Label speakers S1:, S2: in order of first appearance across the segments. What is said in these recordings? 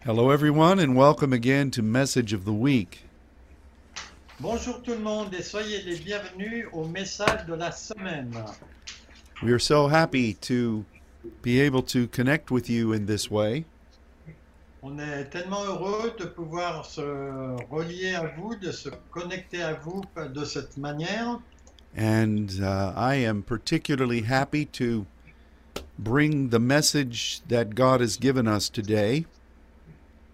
S1: Hello, everyone, and welcome again to Message of the Week.
S2: Bonjour tout le monde et soyez les bienvenus au message de la semaine.
S1: We are so happy to be able to connect with you in this way.
S2: On est tellement heureux de pouvoir se relier à vous, de se connecter à vous de cette manière.
S1: And uh, I am particularly happy to bring the message that God has given us today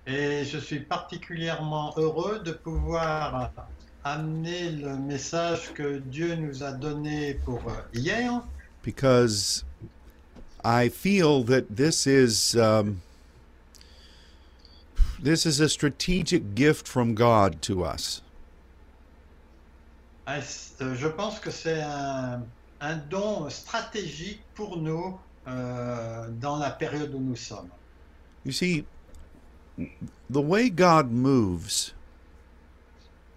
S2: Et je suis particulièrement heureux de pouvoir amener le message que Dieu nous a donné pour hier,
S1: because I feel that this is um, this is a strategic gift from God to us.
S2: Est- je pense que c'est un, un don stratégique pour nous euh, dans la période où nous sommes.
S1: You see, the way God moves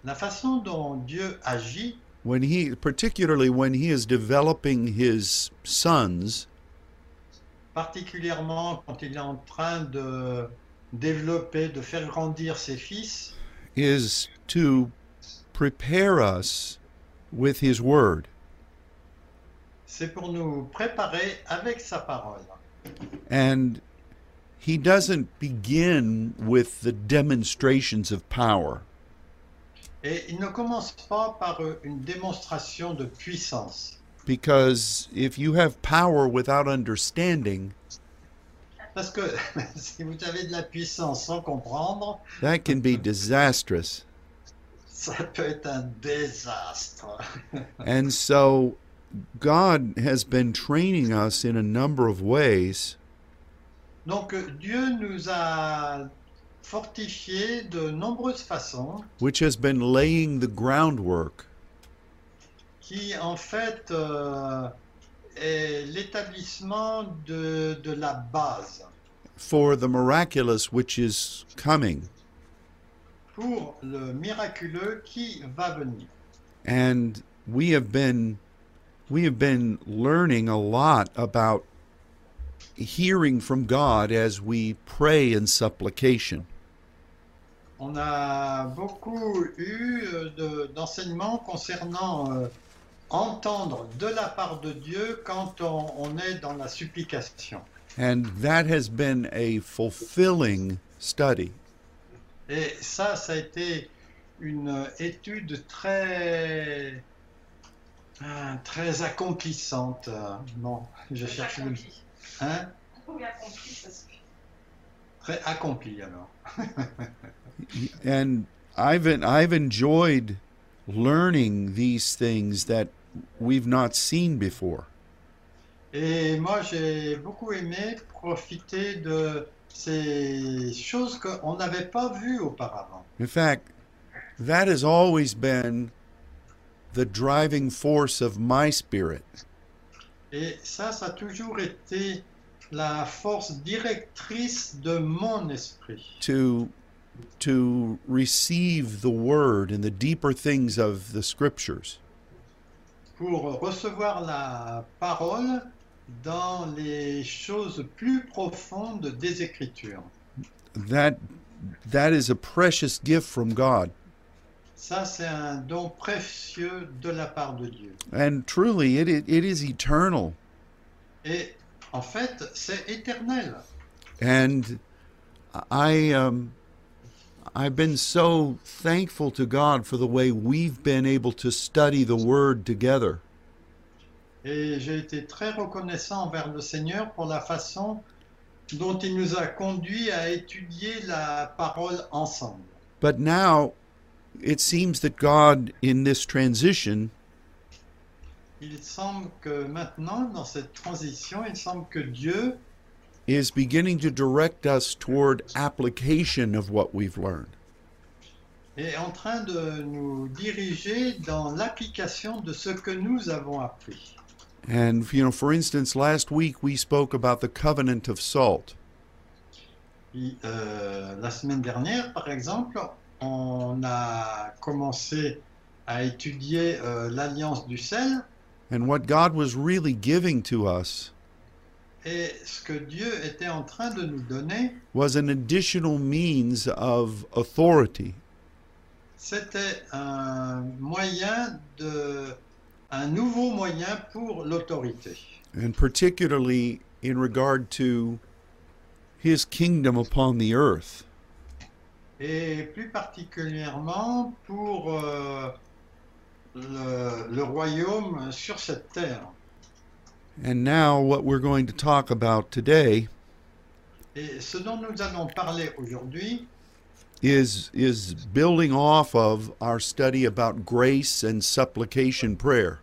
S2: La façon dont Dieu agit,
S1: when he particularly when he is developing his sons
S2: particulièrement quand il est en train de développer, de faire grandir ses fils,
S1: is to prepare us with his word.
S2: c'est pour nous préparer avec sa parole.
S1: And he doesn't begin with the demonstrations of power.
S2: Et il ne commence pas par euh, une démonstration de puissance.
S1: Because if you have power without understanding,
S2: Parce que si vous avez de la puissance sans comprendre,
S1: that can be disastrous.
S2: ça peut être un désastre.
S1: And so God has been training us in a number of ways
S2: Donc euh, Dieu nous a fortifiés de nombreuses façons
S1: which has been laying the groundwork
S2: qui en fait euh, est l'établissement de, de la base
S1: for the miraculous which is coming.
S2: pour le miraculeux qui va venir.
S1: And we have been we have been learning a lot about hearing from God as we pray in supplication.
S2: On a beaucoup eu euh, de- d'enseignements concernant euh, entendre de la part de Dieu quand on, on est dans la supplication.
S1: And that has been a fulfilling study.
S2: Et ça, ça a été une euh, étude très, ah, très accomplissante. Euh, Non, je cherche le
S3: accompli.
S2: hein
S3: Oui, accompli, parce que
S2: Très accomplie alors.
S1: And I've I've enjoyed learning these things that we've not seen before.
S2: Et moi, j'ai beaucoup aimé profiter de ces choses qu'on n'avait pas vues auparavant.
S1: In fact, that has always been the driving force of my spirit
S2: Et ça, ça a toujours été la force directrice de mon esprit.
S1: to to receive the word and the deeper things of the scriptures.
S2: Pour recevoir la parole dans les choses plus profondes des Écritures.
S1: That that is a precious gift from God.
S2: Ça, c'est un don précieux de la part de Dieu.
S1: And truly it, it, it is eternal.
S2: Et en fait, c'est éternel.
S1: and I um, I've been so thankful to God for the way we've been able to study the Word together.
S2: Et j'ai été très reconnaissant envers le Seigneur pour la façon dont il nous a conduits à étudier la parole ensemble.
S1: But now, it seems that God, in this transition,
S2: Il semble que maintenant, dans cette transition, il semble que Dieu
S1: is beginning to direct us toward application of what we've learned.
S2: est en train de nous diriger dans l'application de ce que nous avons appris.
S1: And you know, for instance, last week we spoke about the covenant of salt,
S2: Il- euh, la semaine dernière, par exemple, on a commencé à étudier euh, l'alliance du sel
S1: and what God was really giving to us
S2: et ce que Dieu était en train de nous donner,
S1: was an additional means of authority.
S2: c'était un moyen de, un nouveau moyen pour l'autorité.
S1: and particularly in regard to his kingdom upon the earth.
S2: et plus particulièrement pour euh, le, le royaume sur cette terre.
S1: And now, what we're going to talk about today
S2: Et ce dont nous allons parler aujourd'hui,
S1: is, is building off of our study about grace and supplication prayer.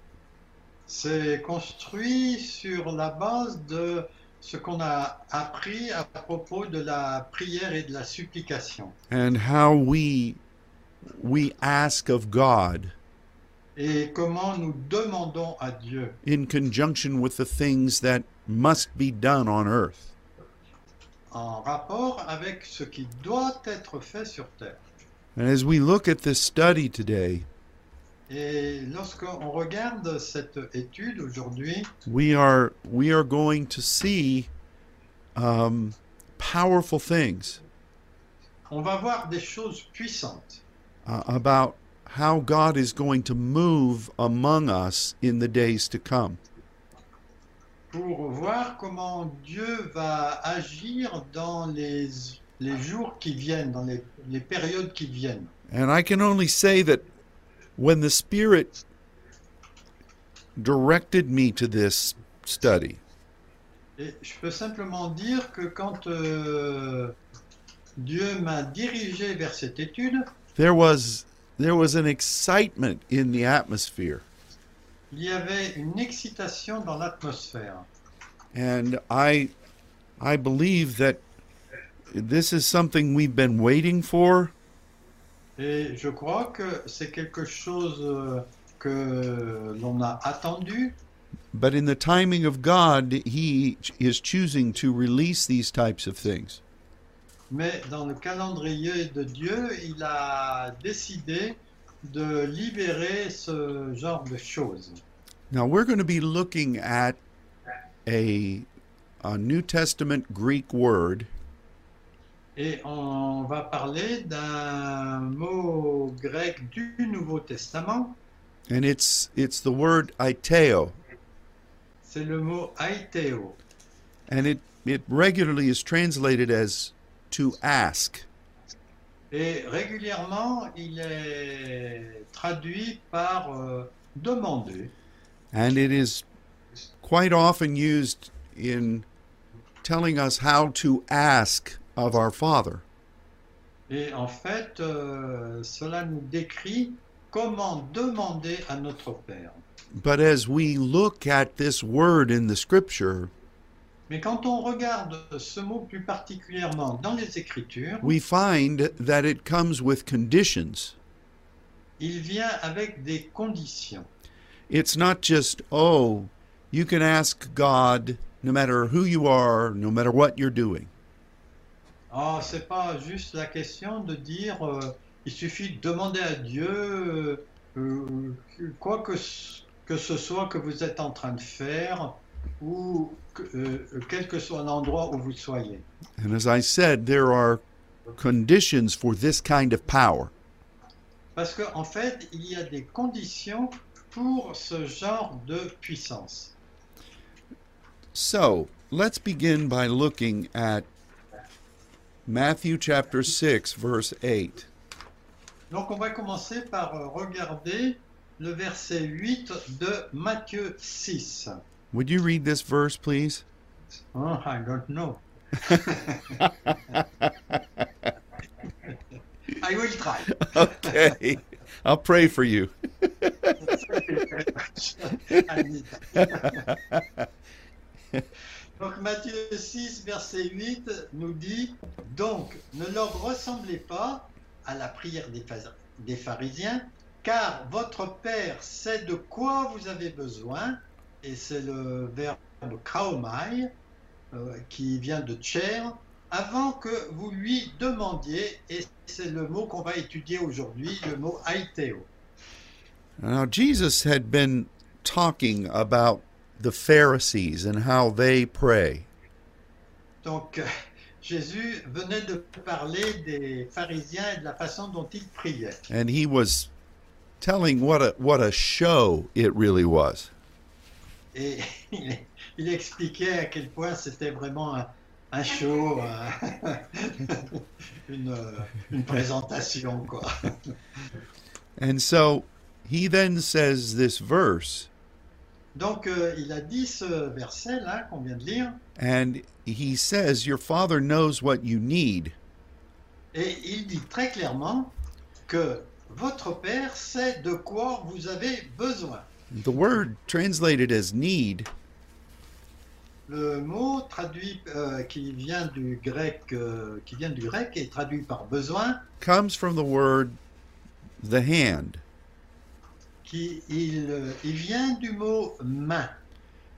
S2: c'est construit sur la base de ce qu'on a appris à propos de la prière et de la supplication,
S1: and how we we ask of God
S2: et comment nous demandons à Dieu
S1: in conjunction with the things that must be done on earth.
S2: en rapport avec ce qui doit être fait sur terre.
S1: And as we look at this study today,
S2: Et lorsqu'on regarde cette étude aujourd'hui,
S1: we are we are going to see um, powerful things
S2: on va voir des choses puissantes.
S1: uh, about how God is going to move among us in the days to come.
S2: pour voir comment Dieu va agir dans les, les jours qui viennent, dans les, les périodes qui viennent.
S1: And I can only say that when the Spirit directed me to this study,
S2: Et je peux simplement dire que quand euh, Dieu m'a dirigé vers cette étude,
S1: there was there was an excitement in the atmosphere,
S2: il y avait une excitation dans l'atmosphère.
S1: and I I believe that this is something we've been waiting for.
S2: Et je crois que c'est quelque chose euh, que l'on a attendu,
S1: But in the timing of God, He ch- is choosing to release these types of things.
S2: mais dans le calendrier de Dieu, il a décidé de libérer ce genre de choses.
S1: Now we're going to be looking at a, a New Testament Greek word
S2: Et on va parler d'un mot grec du Nouveau Testament.
S1: and it's it's the word aiteo
S2: C'est le mot aiteo.
S1: and it it regularly is translated as to ask.
S2: Et régulièrement, il est traduit par euh, demander.
S1: And it is quite often used in telling us how to ask of our Father.
S2: Et en fait, euh, cela nous décrit comment demander à notre Père.
S1: But as we look at this word in the scripture,
S2: Mais quand on regarde ce mot plus particulièrement dans les Écritures,
S1: we find that it comes with conditions.
S2: il vient avec des conditions.
S1: It's not just, oh, you can ask God no matter who you are, no matter what you're doing.
S2: Ah, c'est pas juste la question de dire euh, il suffit de demander à Dieu euh, euh, quoi que ce, que ce soit que vous êtes en train de faire ou que- euh, quel que soit l'endroit où vous soyez.
S1: And as I said, there are conditions for this kind of power.
S2: Parce qu'en en fait, il y a des conditions pour ce genre de puissance.
S1: So let's begin by looking at Matthew chapter 6, verse 8.
S2: Donc on va commencer par euh, regarder le verset 8 de Matthieu 6.
S1: Would you read this verse, please?
S2: Oh, I don't know. I will try.
S1: Okay. I'll pray for you.
S2: Anita. Donc Matthieu 6, verset 8 nous dit Donc ne leur ressemblez pas à la prière des, phas- des pharisiens, car votre Père sait de quoi vous avez besoin, et c'est le verbe kraomai euh, qui vient de chair, avant que vous lui demandiez, et c'est le mot qu'on va étudier aujourd'hui, le mot aiteo.
S1: Now, Jesus had been talking about the Pharisees and how they pray.
S2: Donc euh, Jésus venait de parler des pharisiens et de la façon dont ils priaient.
S1: and he was telling what a what a show it really was.
S2: Et il, il expliquait à quel point c'était vraiment un, un show, un- une, euh, une présentation. Quoi.
S1: And so he then says this verse
S2: Donc euh, il a dit ce verset là qu'on vient de lire,
S1: and he says your father knows what you need
S2: et il dit très clairement que votre Père sait de quoi vous avez besoin.
S1: The word translated as need
S2: Le mot traduit euh, qui vient du grec, euh, qui vient du grec et traduit par besoin,
S1: comes from the word the hand.
S2: qui il, euh, il vient du mot main.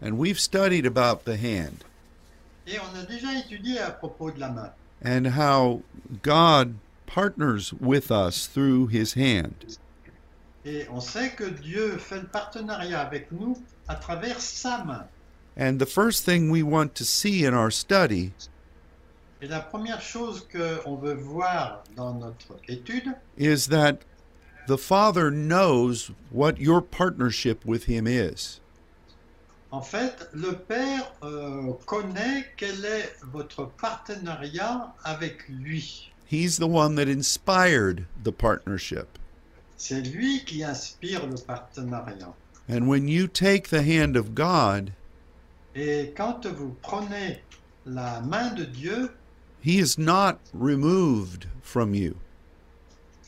S1: And we've studied about the hand
S2: Et on a déjà étudié à propos de la main
S1: and how God partners with us through his hand.
S2: Et on sait que Dieu fait le partenariat avec nous à travers sa main.
S1: And the first thing we want to see in our study
S2: Et la première chose qu'on veut voir dans notre étude,
S1: is that the Father knows what your partnership with him is.
S2: en fait, le Père euh, connaît quel est votre partenariat avec lui.
S1: He's the one that inspired the partnership.
S2: C'est lui qui inspire le partenariat.
S1: And when you take the hand of God,
S2: Et quand vous prenez la main de Dieu,
S1: he is not removed from you.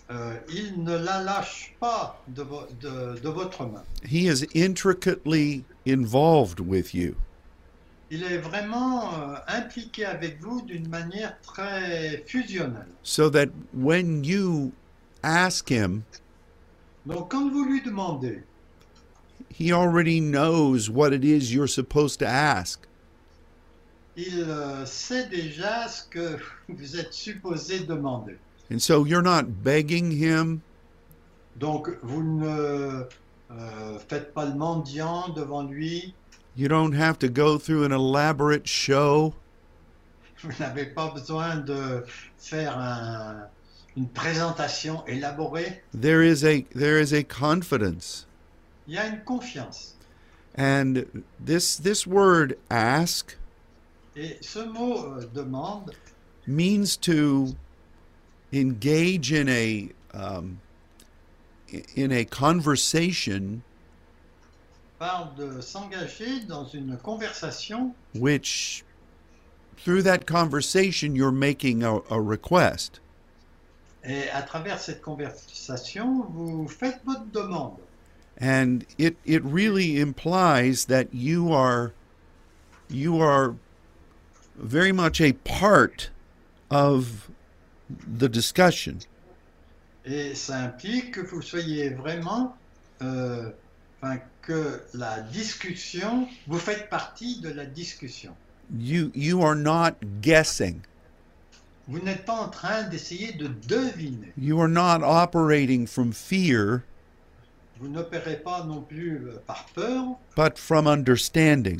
S2: euh, il ne la lâche pas de vo- de- de votre main.
S1: He is intricately involved with you.
S2: Il est vraiment euh, impliqué avec vous d'une manière très fusionnelle.
S1: So that when you ask him,
S2: Donc quand vous lui demandez,
S1: he already knows what it is you're supposed to ask.
S2: il euh, sait déjà ce que vous êtes supposé demander.
S1: And so you're not begging him,
S2: Donc vous ne euh, faites pas le mendiant devant lui,
S1: you don't have to go through an elaborate show.
S2: vous n'avez pas besoin de faire un- une présentation élaborée.
S1: There is a there is a confidence.
S2: Il y a une confiance.
S1: And this this word ask
S2: Et ce mot euh, demande
S1: means to engage in a um, i- in a conversation
S2: parle de s'engager dans une conversation
S1: which through that conversation you're making a, a request
S2: Et à travers cette conversation, vous faites votre demande.
S1: and it it really implies that you are you are very much a part of the discussion
S2: Et ça implique que vous soyez vraiment, euh, enfin, que la discussion, vous faites partie de la discussion.
S1: you you are not guessing
S2: Vous n'êtes pas en train d'essayer de deviner.
S1: you are not operating from fear
S2: Vous n'opérez pas non plus euh, par peur,
S1: but from understanding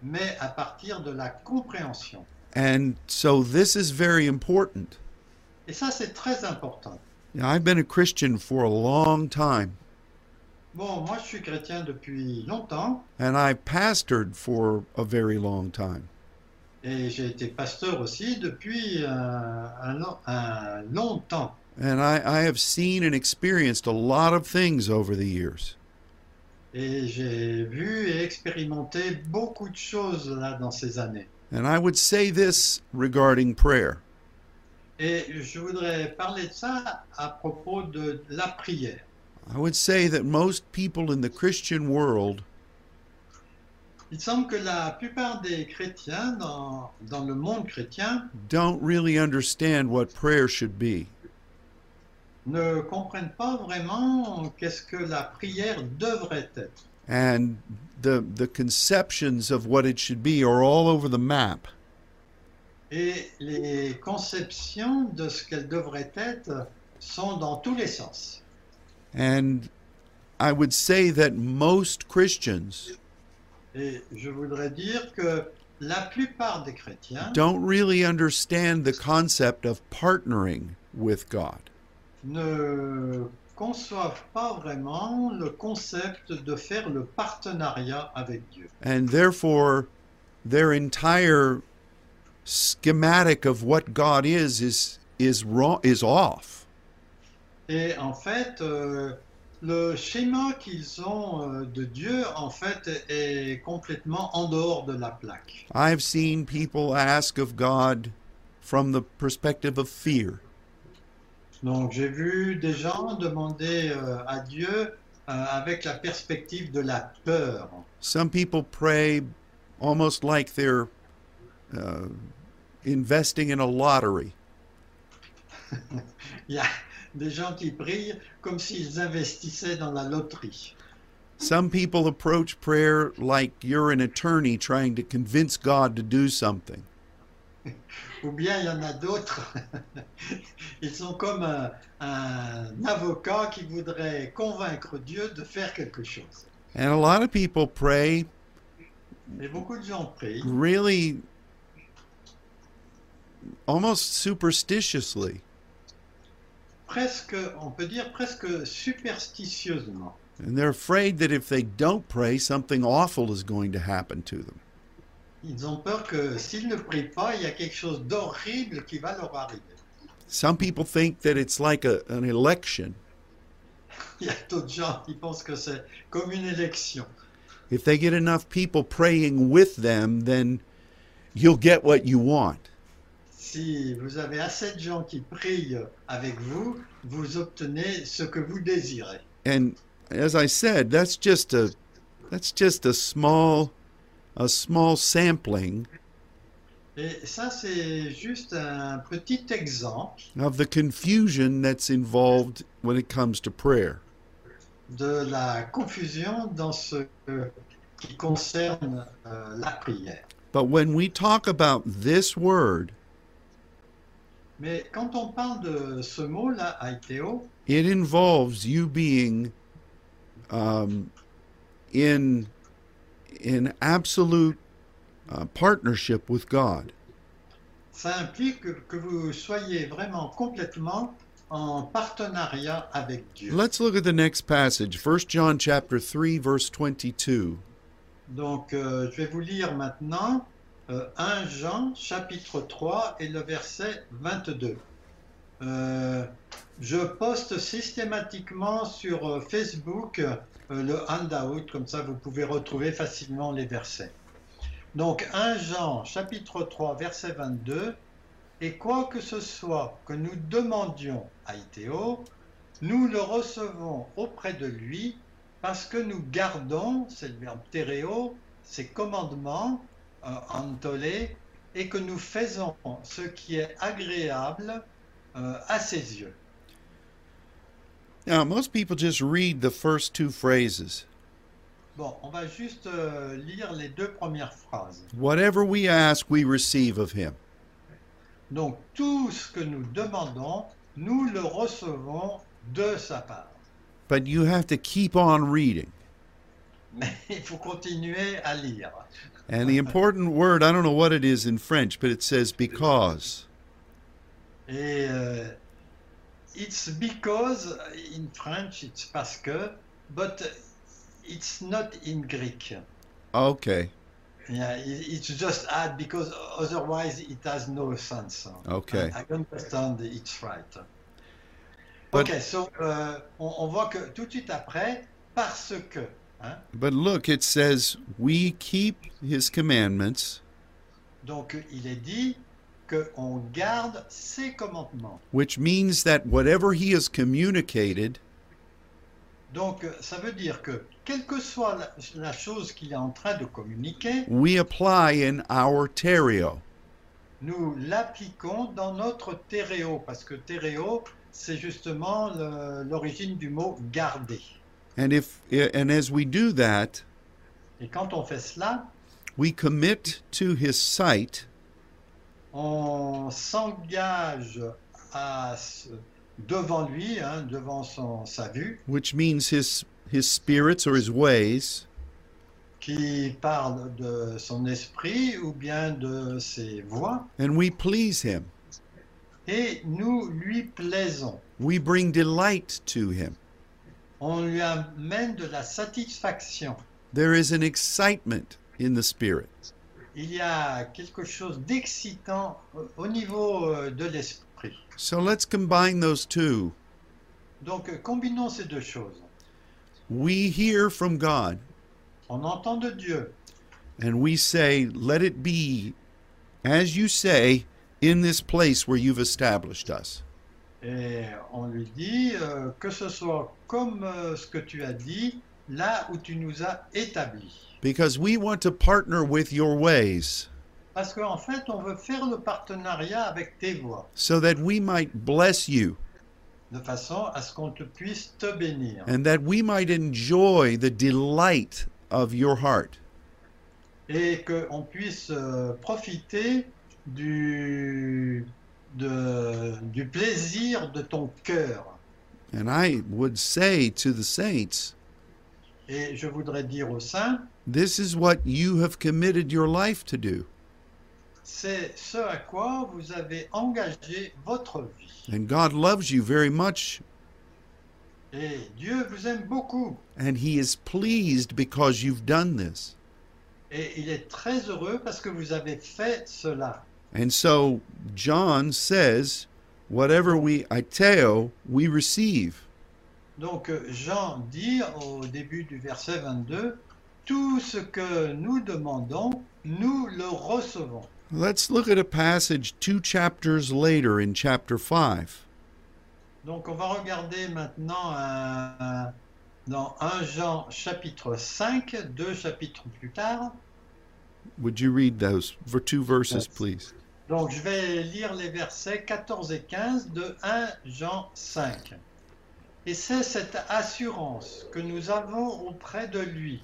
S2: mais à partir de la compréhension.
S1: and so this is very important
S2: Et ça, c'est très important.
S1: now, i've been a christian for a long time
S2: Bon, moi, je suis chrétien depuis longtemps
S1: and I pastored for a very long time.
S2: et j'ai été pasteur aussi depuis euh, un long- un long temps.
S1: And I, I have seen and experienced a lot of things over the years.
S2: Et j'ai vu et expérimenté beaucoup de choses là dans ces années.
S1: And I would say this regarding prayer
S2: Et je voudrais parler de ça à propos de la prière.
S1: I would say that most people in the Christian world
S2: Il semble que la plupart des chrétiens dans, dans le monde chrétien
S1: don't really understand what prayer should be.
S2: ne comprennent pas vraiment qu'est-ce que la prière devrait être.
S1: And the, the conceptions of what it should be are all over the map.
S2: Et les conceptions de ce qu'elle devrait être sont dans tous les sens.
S1: And I would say that most Christians
S2: Et je voudrais dire que la plupart des chrétiens
S1: don't really understand the concept of partnering with God.
S2: ne conçoivent pas vraiment le concept de faire le partenariat avec Dieu.
S1: And therefore, their entire schematic of what God is is is wrong is off.
S2: Et en fait, euh, le schéma qu'ils ont euh, de Dieu, en fait, est complètement en dehors de la plaque.
S1: I've seen people ask of God from the perspective of fear.
S2: Donc j'ai vu des gens demander euh, à Dieu euh, avec la perspective de la peur.
S1: Some people pray almost like they're uh, investing in a lottery.
S2: Il y a des gens qui prient comme s'ils investissaient dans la loterie.
S1: Some people approach prayer like you're an attorney trying to convince God to do something.
S2: Ou bien il y en a d'autres, ils sont comme un, un avocat qui voudrait convaincre Dieu de faire quelque chose.
S1: And a lot of people pray
S2: Et beaucoup de gens prient
S1: really almost superstitiously.
S2: presque, on peut dire presque superstitieusement.
S1: And they're afraid that if they don't pray, something awful is going to happen to them.
S2: Ils ont peur que s'ils ne prient pas, il y a quelque chose d'horrible qui va leur arriver.
S1: Some people think that it's like a, an election.
S2: Il y a d'autres gens qui pensent que c'est comme une élection.
S1: If they get enough people praying with them, then you'll get what you want.
S2: Si vous avez assez de gens qui prient avec vous, vous obtenez ce que vous désirez.
S1: And as I said, that's just a that's just a small a small sampling
S2: Et ça, c'est juste un petit exemple
S1: of the confusion that's involved when it comes to prayer.
S2: de la confusion dans ce qui concerne euh, la prière.
S1: But when we talk about this word,
S2: Mais quand on parle de ce mot-là, Aiteo,
S1: it involves you being um, in in absolute uh, partnership with God.
S2: ça implique que- que vous soyez vraiment complètement en partenariat avec Dieu.
S1: Let's look at the next passage, 1 John chapter 3 verse 22.
S2: Donc, euh, je vais vous lire maintenant euh, 1 Jean chapitre 3 et le verset 22. Euh, je poste systématiquement sur euh, Facebook euh, le handout, comme ça vous pouvez retrouver facilement les versets. Donc 1 Jean chapitre 3 verset 22. Et quoi que ce soit que nous demandions à Itéo, nous le recevons auprès de lui parce que nous gardons, c'est le verbe tereo, ses commandements, euh, antolé, et que nous faisons ce qui est agréable euh, à ses yeux.
S1: Now, most people just read the first two phrases.
S2: Bon, on va juste euh, lire les deux premières phrases.
S1: Whatever we ask, we receive of him.
S2: Donc, tout ce que nous demandons, nous le recevons de sa part.
S1: But you have to keep on reading.
S2: Mais il faut continuer à lire.
S1: And the important word, I don't know what it is in French, but it says because.
S2: Et euh, it's because in French it's parce que, but it's not in Greek.
S1: Okay.
S2: Yeah, i- it's just add because otherwise it has no sense.
S1: Okay.
S2: I, I understand it's right.
S1: But-
S2: ok, so euh, on, on voit que tout de suite après, parce que. hein.
S1: But look, it says, we keep his commandments,
S2: donc il est dit qu'on garde ses commandements.
S1: which means that whatever he has communicated,
S2: Donc euh, ça veut dire que quelle que soit la, la chose qu'il est en train de communiquer,
S1: we apply in our terrio.
S2: nous l'appliquons dans notre tereo, parce que tereo, c'est justement le- l'origine du mot garder.
S1: And if and as we do that,
S2: Et quand on fait cela,
S1: we commit to his sight
S2: on s'engage à se- devant lui, hein, devant son, sa vue,
S1: which means his his spirits or his ways,
S2: qui parle de son esprit ou bien de ses voix,
S1: and we please him.
S2: et nous lui plaisons.
S1: We bring delight to him.
S2: On lui amène de la satisfaction.
S1: There is an excitement in the spirit.
S2: Il y a quelque chose d'excitant au- au niveau euh, de l'esprit.
S1: So let's combine those two.
S2: Donc euh, combinons ces deux choses.
S1: We hear from God
S2: On entend de Dieu
S1: and we say, Let it be as you say in this place where you've established us.
S2: et on lui dit euh, que ce soit comme euh, ce que tu as dit là où tu nous as établis.
S1: Because we want to partner with your ways
S2: Parce qu'en fait, on veut faire le partenariat avec tes voix,
S1: so that we might bless you
S2: de façon à ce qu'on te puisse te bénir
S1: and that we might enjoy the delight of your heart.
S2: et qu'on puisse euh, profiter du, de- du plaisir de ton cœur.
S1: And I would say to the saints,
S2: Et je voudrais dire aux saints,
S1: This is what you have committed your life to do.
S2: c'est ce à quoi vous avez engagé votre vie.
S1: And God loves you very much,
S2: Et Dieu vous aime beaucoup.
S1: and He is pleased because you've done this.
S2: Et il est très heureux parce que vous avez fait cela.
S1: And so John says, Whatever we ateo, we receive.
S2: Donc euh, Jean dit au début du verset 22, Tout ce que nous demandons, nous le recevons.
S1: Let's look at a passage two chapters later in chapter 5.
S2: Donc on va regarder maintenant un- dans 1 Jean chapitre 5, deux chapitres plus tard.
S1: Would you read those for two verses,
S2: Yes.
S1: please?
S2: Donc je vais lire les versets 14 et 15 de 1 Jean 5. Et c'est cette assurance que nous avons auprès de lui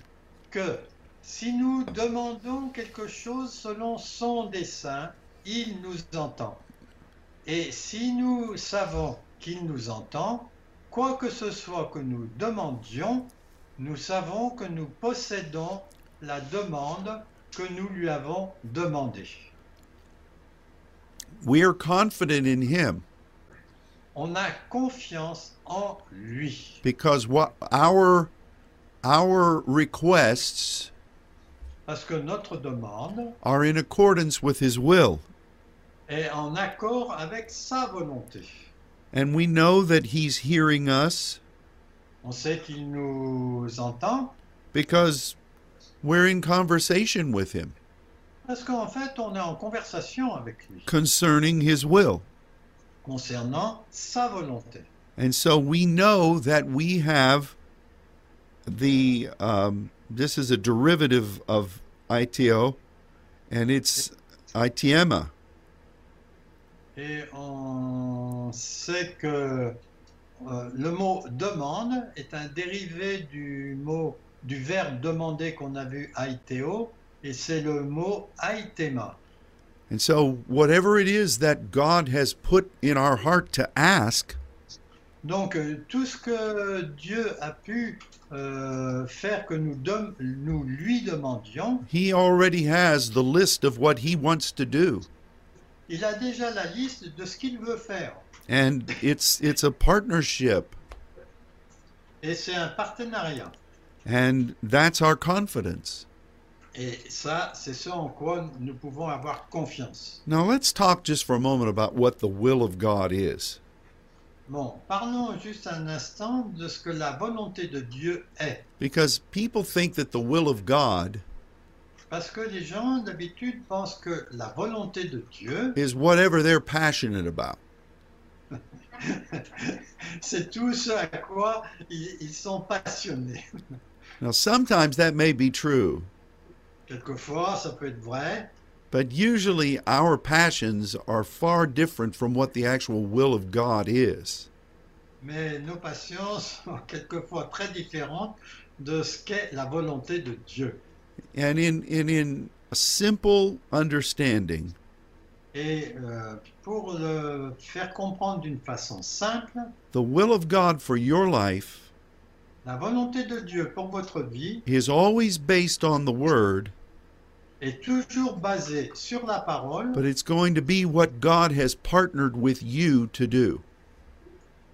S2: que si nous demandons quelque chose selon son dessein, il nous entend. Et si nous savons qu'il nous entend, quoi que ce soit que nous demandions, nous savons que nous possédons la demande que nous lui avons demandée.
S1: We are confident in Him
S2: On a confiance en lui.
S1: because what our our requests
S2: Parce que notre demande
S1: are in accordance with His will,
S2: est en accord avec sa volonté.
S1: and we know that He's hearing us
S2: On sait qu'il nous entend
S1: because we're in conversation with Him
S2: parce qu'en fait, on est en conversation avec lui
S1: concerning His will.
S2: concernant sa volonté.
S1: And so we know that we have the, um, this is a derivative of ITO, and it's ITEMA.
S2: Et on sait que euh, le mot demande est un dérivé du mot du verbe demander qu'on a vu aiteo et c'est le mot aitema.
S1: And so whatever it is that God has put in our heart to ask,
S2: Donc euh, tout ce que Dieu a pu euh, faire que nous, dem- nous lui demandions,
S1: He already has the list of what He wants to do.
S2: il a déjà la liste de ce qu'il veut faire.
S1: And it's, it's a partnership,
S2: Et c'est un partenariat.
S1: and that's our confidence.
S2: Et ça, c'est ce en quoi nous pouvons avoir confiance.
S1: Now let's talk just for a moment about what the will of God is.
S2: Bon, parlons juste un instant de ce que la volonté de Dieu est.
S1: Because people think that the will of God
S2: Parce que les gens, d'habitude, pensent que la volonté de Dieu,
S1: is whatever they're passionate about.
S2: c'est tout ce à quoi ils- ils sont passionnés.
S1: Now, sometimes that may be true,
S2: Quelquefois, ça peut être vrai,
S1: but usually our passions are far different from what the actual will of God is.
S2: Mais nos passions sont quelquefois très différentes de ce qu'est la volonté de Dieu.
S1: And in, in, in a simple understanding,
S2: Et euh, pour le faire comprendre d'une façon simple,
S1: the will of God for your life
S2: La volonté de Dieu pour votre vie
S1: is always based on the Word,
S2: est toujours basée sur la parole,
S1: but it's going to be what God has partnered with you to do.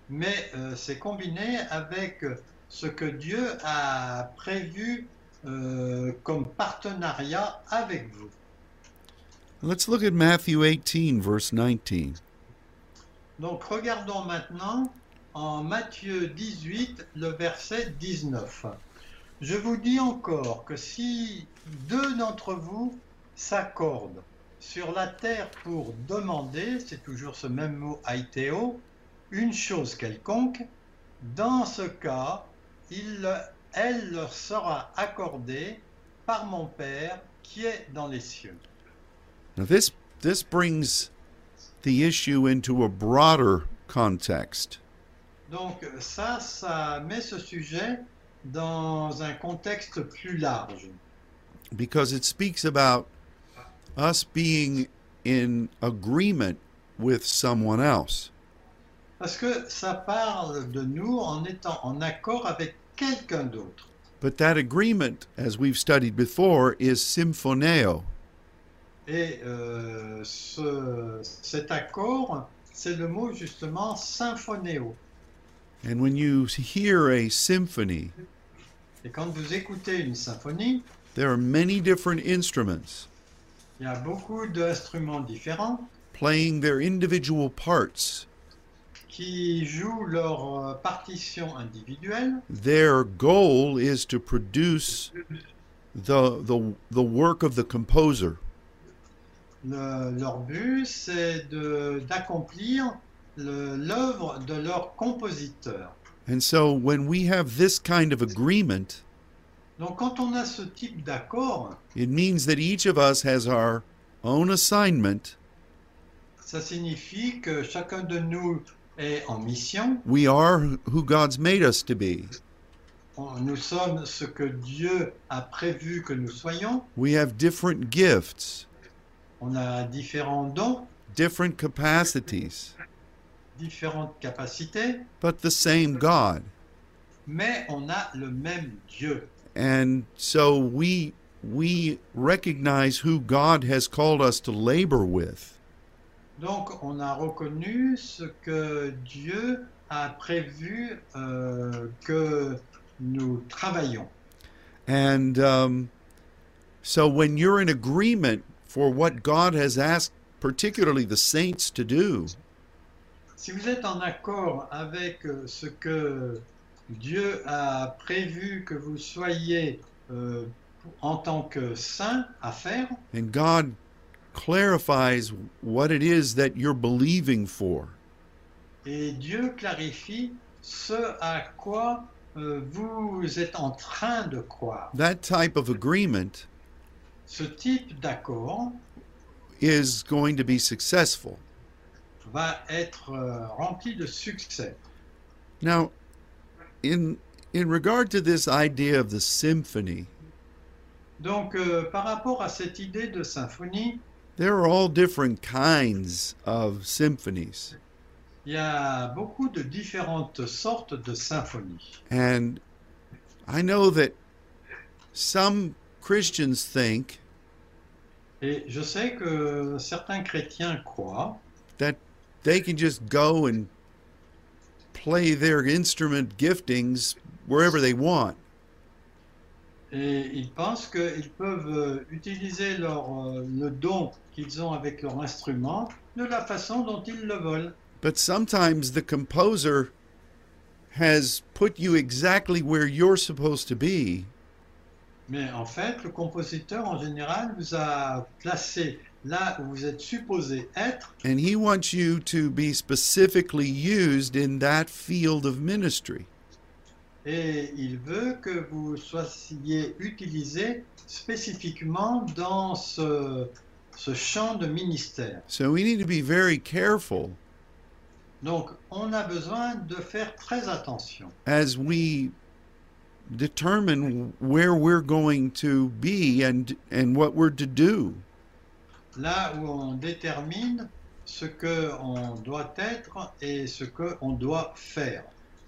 S2: mais euh, c'est combiné avec ce que Dieu a prévu euh, comme partenariat avec vous.
S1: Let's look at Matthew 18, verse 19.
S2: Donc regardons maintenant en Matthieu 18, le verset 19. Je vous dis encore que si deux d'entre vous s'accordent sur la terre pour demander, c'est toujours ce même mot aiteo, une chose quelconque, dans ce cas, il- elle leur sera accordée par mon Père qui est dans les cieux.
S1: Now, this, this brings the issue into a broader context.
S2: Donc euh, ça, ça met ce sujet dans un contexte plus large,
S1: because it speaks about us being in agreement with someone else.
S2: parce que ça parle de nous en étant en accord avec quelqu'un d'autre.
S1: But that agreement, as we've studied before, is symphoneo.
S2: Et euh, ce- cet accord, c'est le mot justement symphonéo.
S1: And when you hear a symphony,
S2: Et quand vous écoutez une symphonie,
S1: there are many different instruments
S2: il y a beaucoup d'instruments différents
S1: playing their individual parts,
S2: qui jouent leur euh, partition individuelle
S1: their goal is to produce the, the, the work of the composer.
S2: Le- leur but, c'est de- d'accomplir le- l'œuvre de leur compositeur.
S1: And so when we have this kind of agreement,
S2: Donc quand on a ce type d'accord,
S1: It means that each of us has our own assignment.
S2: ça signifie que chacun de nous est en mission.
S1: We are who God's made us to be.
S2: On- nous sommes ce que Dieu a prévu que nous soyons.
S1: We have different gifts,
S2: On a différents dons,
S1: different capacities,
S2: différentes capacités,
S1: but the same God.
S2: mais on a le même Dieu.
S1: And so we we recognize who God has called us to labor with.
S2: Donc on a reconnu ce que Dieu a prévu euh, que nous travaillons.
S1: And um, so when you're in agreement for what God has asked, particularly the saints to do,
S2: Si vous êtes en accord avec euh, ce que Dieu a prévu que vous soyez euh, en tant que saint à faire,
S1: And God clarifies what it is that you're believing for.
S2: et Dieu clarifie ce à quoi euh, vous êtes en train de croire.
S1: That type of agreement
S2: Ce type d'accord
S1: is going to be successful.
S2: va être euh, rempli de succès.
S1: Now, in in regard to this idea of the symphony,
S2: Donc euh, par rapport à cette idée de symphonie,
S1: there are all different kinds of symphonies.
S2: il y a beaucoup de différentes sortes de symphonies.
S1: And I know that some Christians think
S2: Et je sais que certains chrétiens croient
S1: that they can just go and play their instrument giftings wherever they want.
S2: et ils pensent qu'ils peuvent euh, utiliser leur, euh, le don qu'ils ont avec leur instrument de la façon dont ils le veulent.
S1: But sometimes the composer has put you exactly where you're supposed to be,
S2: Mais en fait, le compositeur en général vous a placé là où vous êtes supposé être
S1: and he wants you to be specifically used in that field of ministry.
S2: et il veut que vous soyez utilisé spécifiquement dans ce, ce champ de ministère.
S1: So we need to be very careful
S2: Donc on a besoin de faire très attention.
S1: as we determine where we're going to be and and what we're to do.
S2: là où on détermine ce que on doit être et ce que on doit faire.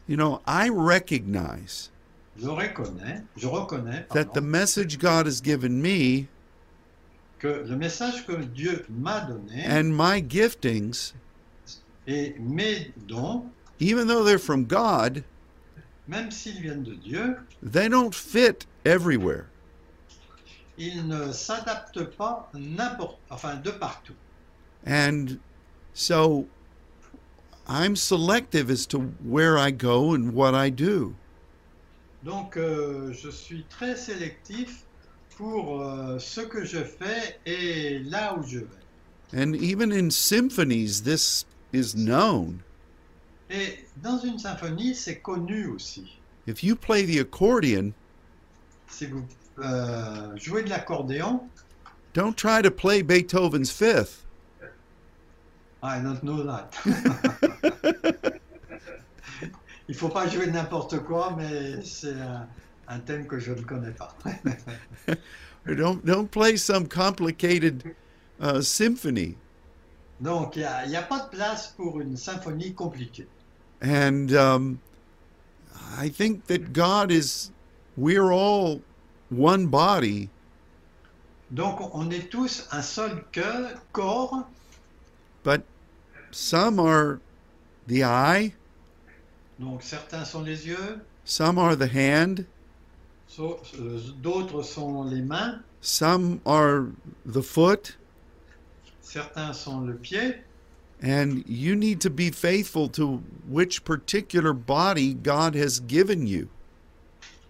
S1: You know, I recognize
S2: je reconnais, je reconnais
S1: that the
S2: pardon,
S1: message God has given me
S2: que le message que Dieu m'a donné
S1: and my giftings,
S2: et mes dons,
S1: even though they're from God,
S2: même s'ils viennent de Dieu,
S1: they don't fit everywhere.
S2: ils ne s'adaptent pas n'importe, enfin de partout.
S1: And so I'm selective as to where I go and what I do.
S2: Donc euh, je suis très sélectif pour euh, ce que je fais et là où je vais.
S1: And even in symphonies, this is known.
S2: Et dans une symphonie, c'est connu aussi.
S1: If you play the accordion,
S2: Si vous euh, jouez de l'accordéon,
S1: don't try to play Beethoven's fifth.
S2: ah, I don't know that. Il faut pas jouer de n'importe quoi, mais c'est un, un thème que je ne connais pas.
S1: Or don't don't play some complicated uh, symphony.
S2: Donc il n'y a, il y a pas de place pour une symphonie compliquée.
S1: And um, I think that God is, we're all one body,
S2: Donc on est tous un seul cœur, corps.
S1: but some are the eye,
S2: Donc certains sont les yeux,
S1: some are the hand,
S2: so- euh, d'autres sont les mains,
S1: some are the foot,
S2: certains sont le pied.
S1: and you need to be faithful to which particular body God has given you.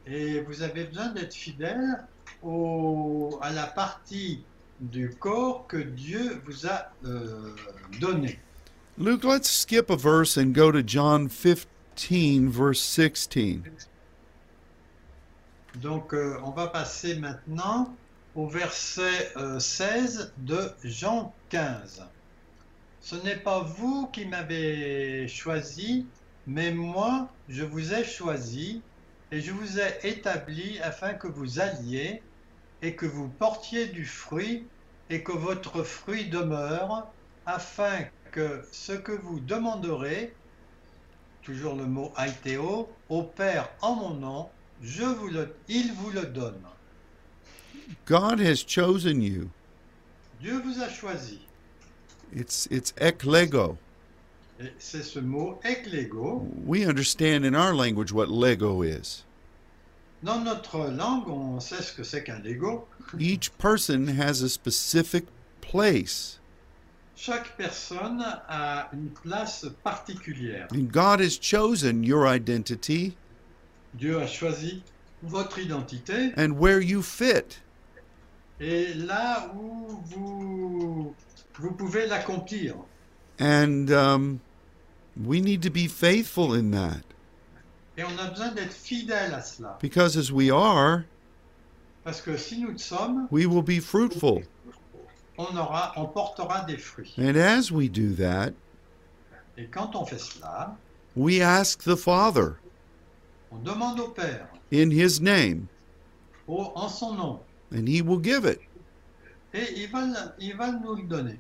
S2: Et vous avez besoin d'être fidèle au- à la partie du corps que Dieu vous a euh, donnée.
S1: Luke, let's skip a verse and go to John 15, verse 16.
S2: Donc, euh, on va passer maintenant au verset euh, 16 de Jean 15. Ce n'est pas vous qui m'avez choisi, mais moi, je vous ai choisi et je vous ai établi afin que vous alliez et que vous portiez du fruit et que votre fruit demeure, afin que ce que vous demanderez, toujours le mot aiteo, au Père en mon nom, je vous le, il vous le donne.
S1: God has chosen you.
S2: Dieu vous a choisi.
S1: It's it's ek lego.
S2: Et c'est ce mot eklego.
S1: We understand in our language what Lego is.
S2: Dans notre langue, on sait ce que c'est qu'un Lego.
S1: Each person has a specific place,
S2: Chaque personne a une place particulière.
S1: and God has chosen your identity
S2: Dieu a choisi votre identité
S1: and where you fit.
S2: et là où vous, vous pouvez l'accomplir.
S1: And um, we need to be faithful in that
S2: Et on a besoin d'être fidèle à cela.
S1: because as we are,
S2: Parce que si nous le sommes,
S1: we will be fruitful.
S2: on, aura, on portera des fruits.
S1: And as we do that,
S2: Et quand on fait cela,
S1: we ask the Father
S2: on demande au Père,
S1: in His name,
S2: au, en son nom,
S1: and He will give it.
S2: Et ils veulent, ils veulent nous le donner.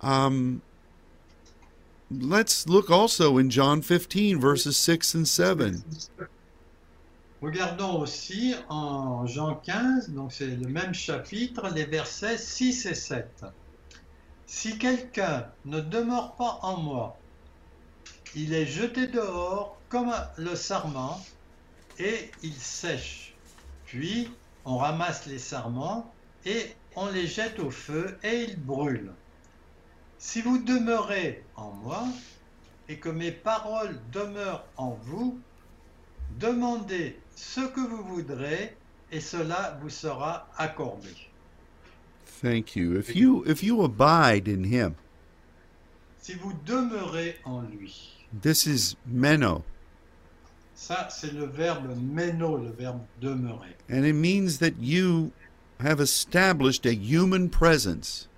S1: Um, let's look also in John 15, verses 6 and 7.
S2: Regardons aussi en Jean 15, donc c'est le même chapitre, les versets 6 et 7. Si quelqu'un ne demeure pas en moi, il est jeté dehors comme le sarment et il sèche. Puis on ramasse les sarments et on les jette au feu et ils brûlent. Si vous demeurez en moi et que mes paroles demeurent en vous, Demandez ce que vous voudrez et cela vous sera accordé.
S1: Thank you. If you if you abide in him,
S2: Si vous demeurez en lui.
S1: this is meno,
S2: Ça, c'est le verbe meno, le verbe demeurer.
S1: and it means that you have established a human presence.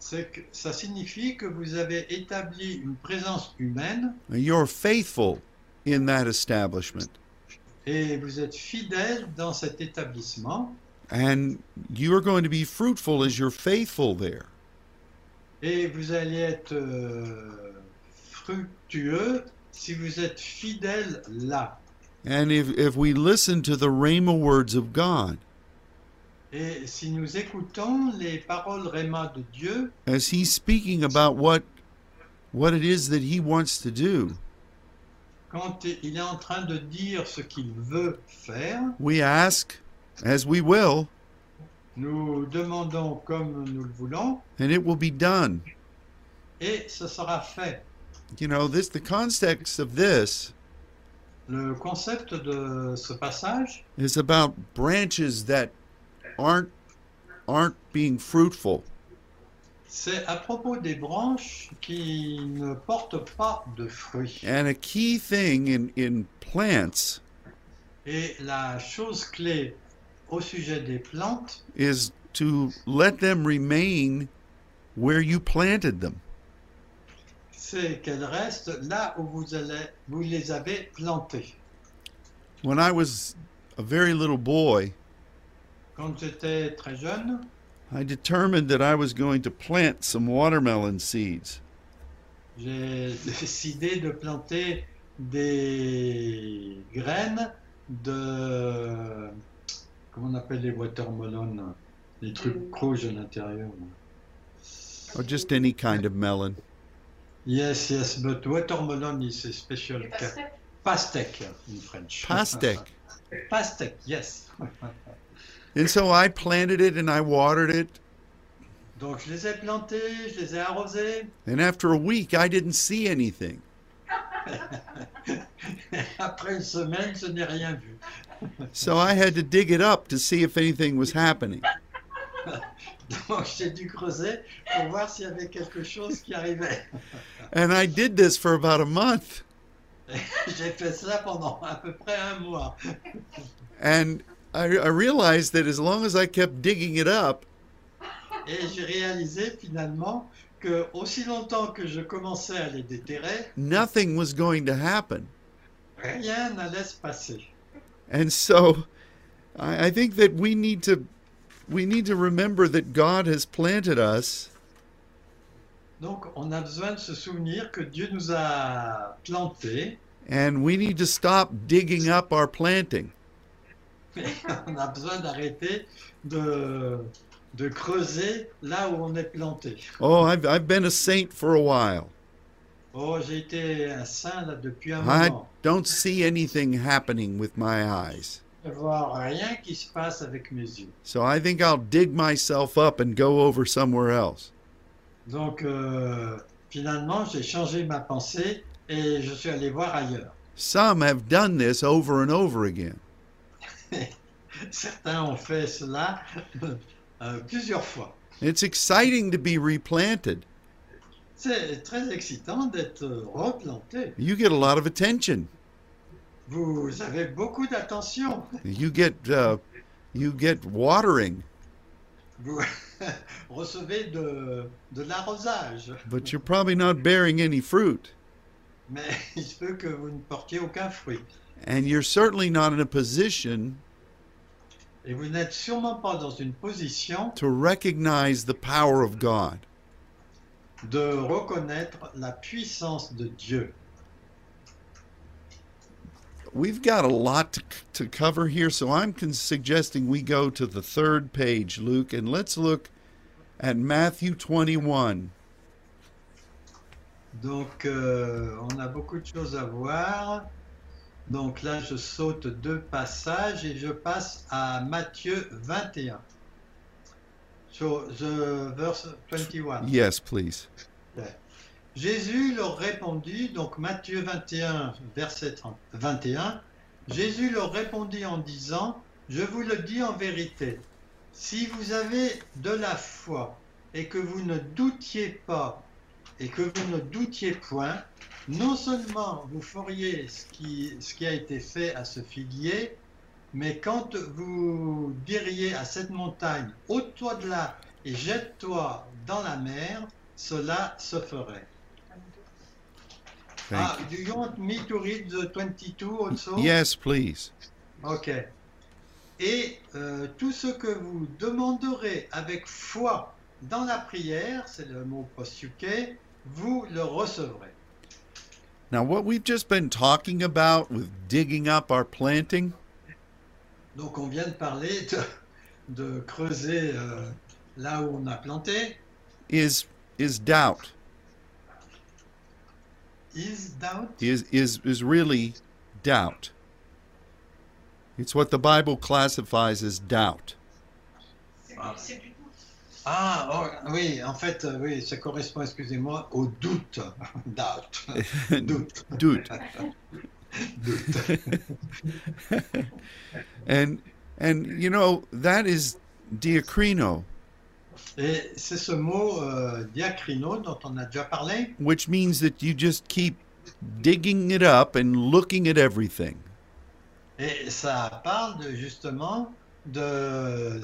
S2: C'est que- ça signifie que vous avez établi une présence humaine
S1: You're faithful in that establishment,
S2: et vous êtes fidèle dans cet établissement
S1: and you're going to be fruitful as you're faithful there.
S2: et vous allez être euh, fructueux si vous êtes fidèle là.
S1: And if, if we listen to the Rhema words of God,
S2: Et si nous écoutons les paroles Réma de Dieu,
S1: as he's speaking about what what it is that he wants to do,
S2: quand il est en train de dire ce qu'il veut faire,
S1: we ask as we will,
S2: nous demandons comme nous le voulons
S1: and it will be done.
S2: et ce sera fait.
S1: You know, this the context of this
S2: Le concept de ce passage,
S1: is about branches that aren't aren't being fruitful.
S2: c'est à propos des branches qui ne portent pas de fruits.
S1: And a key thing in, in plants
S2: Et la chose clé au sujet des plantes,
S1: is to let them remain where you planted them.
S2: c'est qu'elles restent là où vous, allez, vous les avez plantées.
S1: When I was a very little boy,
S2: Quand j'étais très jeune,
S1: I determined that I was going to plant some watermelon seeds.
S2: j'ai décidé de planter des graines de. Comment on appelle les watermelons Les trucs rouges à l'intérieur.
S1: or just any kind of melon.
S2: Yes, yes, but watermelon is a special
S3: Les
S2: ca-
S3: pastèques.
S2: pastèque in French.
S1: Pastèque.
S2: Pastèque, yes.
S1: And so I planted it and I watered it.
S2: Donc je les ai plantées, je les ai arrosées.
S1: And after a week, I didn't see anything.
S2: Après une semaine, je n'ai rien vu.
S1: So I had to dig it up to see if anything was happening.
S2: Donc j'ai dû creuser pour voir s'il y avait quelque chose qui arrivait.
S1: And I did this for about a month.
S2: J'ai fait ça pendant à peu près un mois.
S1: And I, I realized that as long as I kept digging it up,
S2: Et j'ai réalisé finalement que aussi longtemps que je commençais à les déterrer,
S1: nothing was going to happen.
S2: rien n'allait se passer.
S1: And so I, I think that we need to we need to remember that God has planted us
S2: Donc on a besoin de se souvenir que Dieu nous a plantés.
S1: and we need to stop digging up our planting.
S2: On a besoin d'arrêter de, de creuser là où on est planté.
S1: Oh, I've, I've been a saint for a while.
S2: Oh, j'ai été un saint là depuis un
S1: I
S2: moment.
S1: don't see anything happening with my eyes.
S2: Je ne vois rien qui se passe avec mes yeux.
S1: So I think I'll dig myself up and go over somewhere else.
S2: Donc euh, finalement, j'ai changé ma pensée et je suis allé voir ailleurs.
S1: Some have done this over and over again.
S2: Certains ont fait cela euh, plusieurs fois.
S1: It's exciting to be replanted.
S2: C'est très excitant d'être replanté.
S1: You get a lot of attention.
S2: Vous avez beaucoup d'attention.
S1: You get uh, you get watering,
S2: Vous recevez de, de l'arrosage,
S1: but you're probably not bearing any fruit,
S2: mais il se peut que vous ne portiez aucun fruit.
S1: and you're certainly not in a position
S2: Et vous n'êtes sûrement pas dans une position
S1: to recognize the power of God.
S2: de reconnaître la puissance de Dieu.
S1: We've got a lot to, to cover here, so I'm con- suggesting we go to the third page, Luke, and let's look at Matthew 21.
S2: Donc, euh, on a beaucoup de choses à voir. Donc là, je saute deux passages et je passe à Matthieu 21. So, the verse 21.
S1: Yes, please.
S2: Jésus leur répondit, donc Matthieu 21, verset 30 21, Jésus leur répondit en disant, Je vous le dis en vérité, si vous avez de la foi et que vous ne doutiez pas, et que vous ne doutiez point, non seulement vous feriez ce qui, ce qui a été fait à ce figuier, mais quand vous diriez à cette montagne, ôte-toi de là et jette-toi dans la mer, cela se ferait.
S1: Thank
S2: ah, do you want me to read the 22 also?
S1: you. Yes, please.
S2: Ok. Et euh, tout ce que vous demanderez avec foi dans la prière, c'est le mot postuqué, vous le recevrez.
S1: Now, what we've just been talking about with digging up our planting,
S2: Donc on vient de parler de, de creuser euh, là où on a planté.
S1: is is doubt
S2: Is doubt,
S1: is is is really doubt it's what the bible classifies as doubt
S3: C'est
S2: Ah.
S3: c'est du doute.
S2: Ah oh, oui, en fait, euh, oui, ça correspond, excusez-moi, au doute. Doubt. Doute.
S1: doubt
S2: Doute.
S1: and and you know that is diacrino
S2: Et c'est ce mot euh, diacrino dont on a déjà parlé,
S1: which means that you just keep digging it up and looking at everything
S2: et ça parle de, justement de,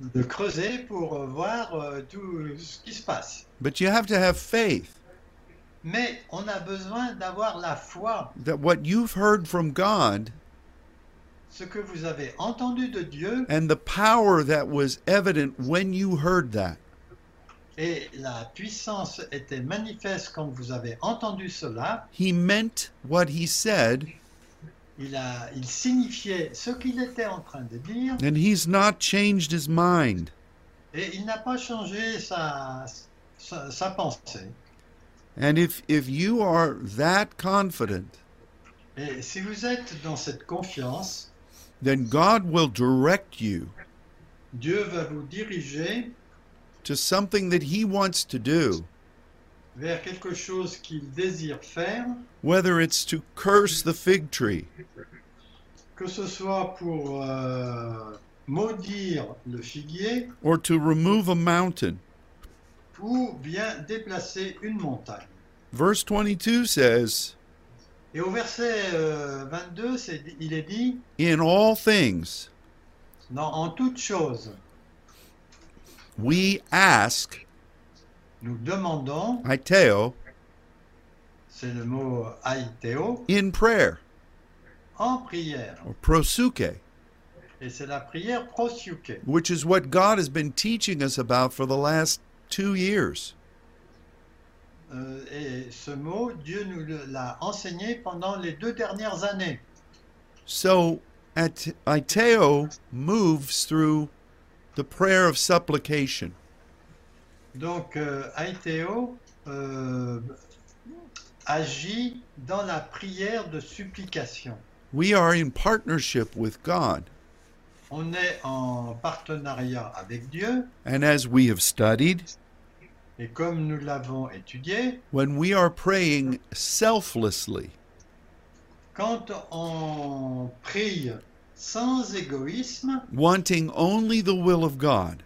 S2: de creuser pour voir euh, tout ce qui se passe.
S1: but you have to have faith
S2: Mais on a besoin d'avoir la foi.
S1: that what you've heard from god
S2: Ce que vous avez entendu de Dieu
S1: and the power that was evident when you heard that
S2: et la puissance était manifeste quand vous avez entendu cela,
S1: he meant what he said
S2: il, a, il signifiait ce qu'il était en train de dire
S1: and he's not changed his mind
S2: et il n'a pas changé sa- sa- sa pensée.
S1: And if if you are that confident,
S2: Et si vous êtes dans cette confiance,
S1: then God will direct you
S2: Dieu va vous diriger
S1: to something that he wants to do,
S2: vers quelque chose qu'il désire faire,
S1: whether it's to curse the fig tree
S2: que ce soit pour euh, maudire le figuier
S1: or to remove a mountain.
S2: ou bien déplacer une montagne.
S1: Verse 22 says,
S2: Et au verset euh, 22, c'est- il est dit,
S1: "In all things
S2: dans, en toutes choses,
S1: we ask
S2: nous demandons,
S1: aiteo
S2: c'est le mot aïtéo,
S1: in prayer
S2: en prière.
S1: or prosuke,
S2: Et c'est la prière prosuke.
S1: which is what God has been teaching us about for the last 2 years.
S2: Euh, et ce mot, Dieu nous le- l'a enseigné pendant les deux dernières années.
S1: So at Iteo moves through the prayer of supplication.
S2: Donc, euh, Aiteo euh, agit dans la prière de supplication.
S1: We are in partnership with God.
S2: On est en partenariat avec Dieu,
S1: And as we have studied,
S2: et comme nous l'avons étudié,
S1: when we are praying selflessly,
S2: quand on prie sans égoïsme,
S1: wanting only the will of God,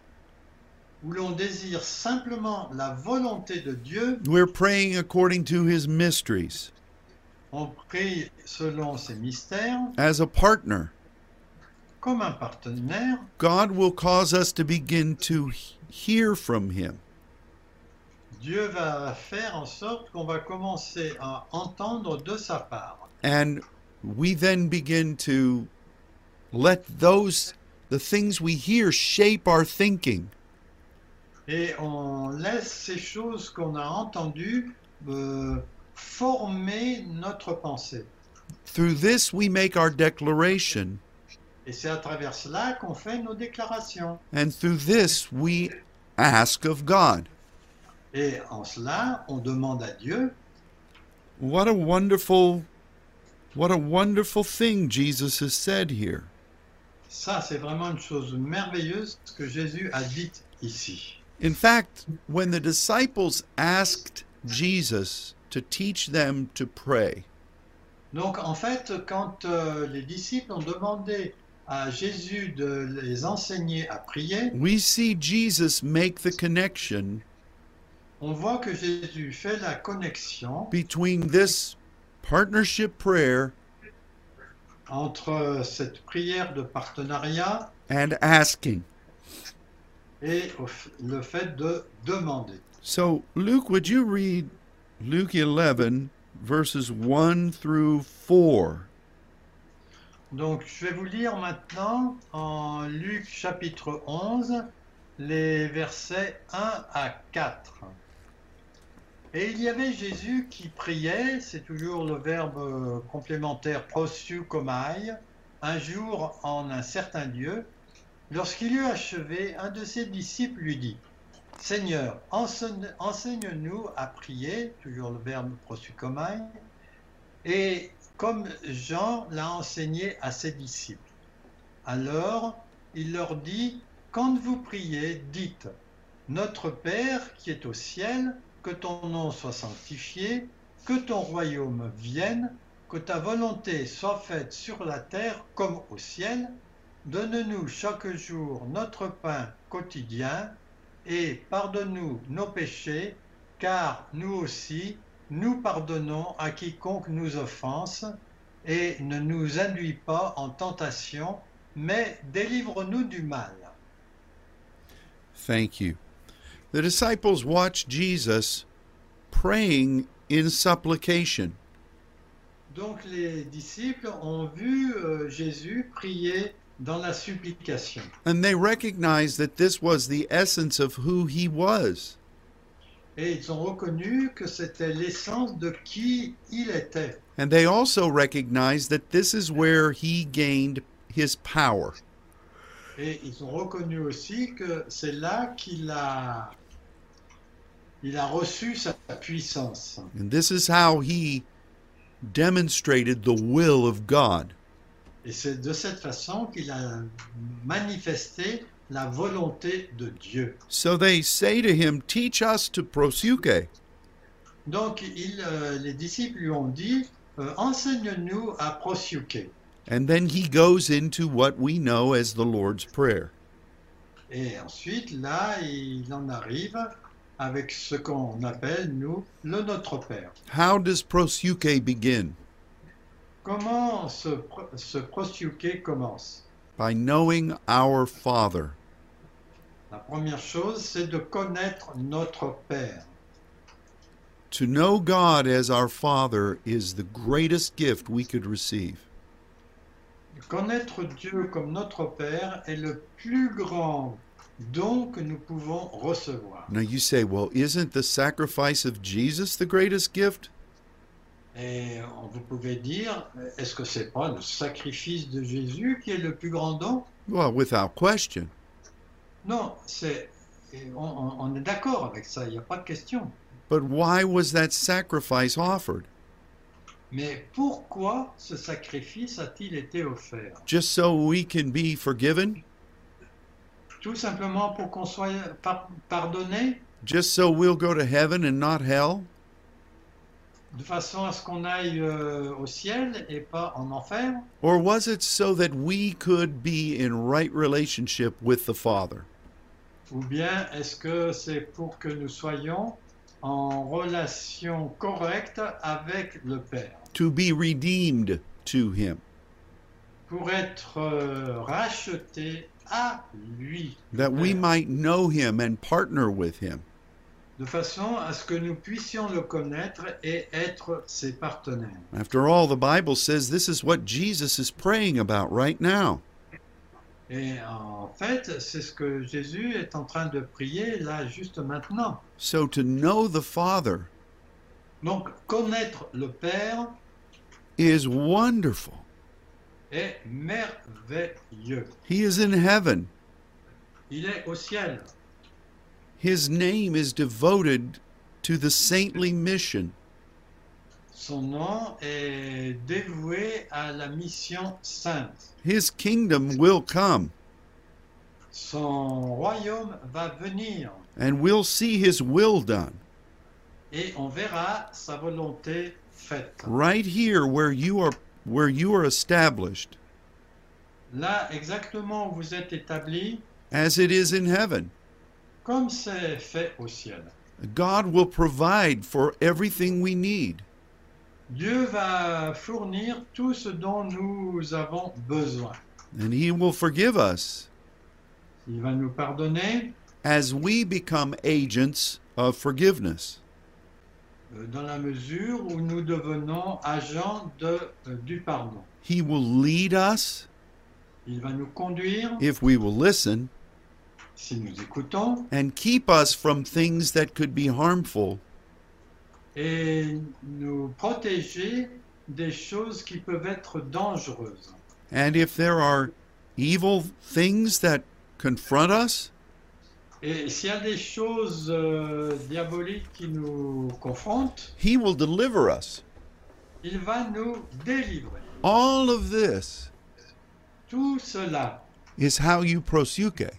S2: où l'on désire simplement la volonté de Dieu,
S1: we're praying according to his mysteries
S2: on prie selon ses mystères,
S1: as a partner.
S2: comme un partenaire,
S1: God will cause us to begin to he- hear from him.
S2: Dieu va faire en sorte qu'on va commencer à entendre de sa part.
S1: And we then begin to let those, the things we hear, shape our thinking.
S2: Et on laisse ces choses qu'on a entendues euh, former notre pensée.
S1: Through this, we make our declaration,
S2: Et c'est à travers cela qu'on fait nos déclarations.
S1: and through this, we ask of God.
S2: Et en cela, on demande à Dieu,
S1: What a wonderful, what a wonderful thing Jesus has said here.
S2: ça c'est vraiment une chose merveilleuse ce que Jésus a dit ici.
S1: In fact, when the disciples asked Jesus to teach them to pray,
S2: Donc en fait, quand euh, les disciples ont demandé à Jésus de les enseigner à prier,
S1: we see Jesus make the connection
S2: on voit que Jésus fait la connexion
S1: between this partnership prayer
S2: entre cette prière de partenariat
S1: and asking.
S2: et au f- le fait de demander.
S1: So, Luke, would you read Luke 11, verses 1 through 4?
S2: Donc je vais vous lire maintenant en Luc chapitre 11 les versets 1 à 4. Et il y avait Jésus qui priait, c'est toujours le verbe euh, complémentaire prosukomai, un jour en un certain lieu. Lorsqu'il eut achevé, un de ses disciples lui dit Seigneur, enseigne- enseigne-nous à prier, toujours le verbe prosukomai, et comme Jean l'a enseigné à ses disciples. Alors, il leur dit Quand vous priez, dites Notre Père qui est au ciel, que ton nom soit sanctifié, que ton royaume vienne, que ta volonté soit faite sur la terre comme au ciel. Donne-nous chaque jour notre pain quotidien et pardonne-nous nos péchés, car nous aussi, nous pardonnons à quiconque nous offense et ne nous induis pas en tentation, mais délivre-nous du mal.
S1: Thank you. The disciples watched Jesus praying in supplication.
S2: Donc les disciples ont vu euh, Jésus prier dans la supplication.
S1: And they recognized that this was the essence of who he was.
S2: Et ils ont reconnu que c'était l'essence de qui il était.
S1: And they also recognized that this is where he gained his power.
S2: Et ils ont reconnu aussi que c'est là qu'il a, il a reçu sa puissance.
S1: And this is how he demonstrated the will of God.
S2: Et c'est de cette façon qu'il a manifesté la volonté de Dieu.
S1: So they say to him, Teach us to prosuke.
S2: Donc il, euh, les disciples lui ont dit, euh, enseigne-nous à prosuquer.
S1: And then he goes into what we know as the Lord's Prayer.
S2: Et ensuite, là, il en arrive avec ce qu'on appelle, nous, le Notre Père.
S1: How does prosuke begin?
S2: Comment ce, pr- ce prosuquer commence
S1: By knowing our Father.
S2: La première chose, c'est de connaître notre Père.
S1: To know God as our Father is the greatest gift we could receive.
S2: Connaître Dieu comme notre Père est le plus grand don que nous pouvons recevoir.
S1: Now you say, well, isn't the sacrifice of Jesus the greatest gift?
S2: Et on- vous pouvez dire, est-ce que c'est pas le sacrifice de Jésus qui est le plus grand don
S1: Well, without question.
S2: Non, c'est, et on- on- on est d'accord avec ça, il n'y a pas de question.
S1: But why was that sacrifice offered?
S2: Mais pourquoi ce sacrifice a-t-il été offert
S1: Just so we can be forgiven?
S2: Tout simplement pour qu'on soit par- pardonné,
S1: Just so we'll go to heaven and not hell?
S2: de façon à ce qu'on aille euh, au ciel et pas en enfer
S1: Or was it so that we could be in right relationship with the Father?
S2: Ou bien est-ce que c'est pour que nous soyons en relation correcte avec le Père
S1: To be redeemed to Him?
S2: Pour être euh, racheté à lui,
S1: That we
S2: Yeah.
S1: might know Him and partner with Him?
S2: de façon à ce que nous puissions le connaître et être ses partenaires.
S1: After all, the Bible says this is what Jesus is praying about right now.
S2: Et en fait, c'est ce que Jésus est en train de prier là juste maintenant.
S1: So to know the Father
S2: Donc connaître le Père
S1: is wonderful.
S2: est merveilleux.
S1: He is in heaven.
S2: Il est au ciel.
S1: His name is devoted to the saintly mission.
S2: Son nom est dévoué à la mission sainte.
S1: His kingdom will come,
S2: Son royaume va venir
S1: and we'll see His will done
S2: et on verra sa volonté faite.
S1: right here where you are where you are established,
S2: Là exactement où vous êtes établi,
S1: as it is in heaven.
S2: comme c'est fait au ciel.
S1: God will provide for everything we need.
S2: Dieu va fournir tout ce dont nous avons besoin.
S1: And he will forgive us
S2: Il va nous pardonner
S1: as we become agents of forgiveness.
S2: euh, dans la mesure où nous devenons agents de, euh, du pardon.
S1: He will lead us
S2: Il va nous conduire,
S1: if we will listen
S2: si nous écoutons,
S1: and keep us from things that could be harmful
S2: et nous protéger des choses qui peuvent être dangereuses.
S1: And if there are evil things that confront us,
S2: Et s'il y a des choses euh, diaboliques qui nous confrontent,
S1: He will deliver us.
S2: il va nous délivrer.
S1: All of this
S2: Tout cela,
S1: is how you prosuke.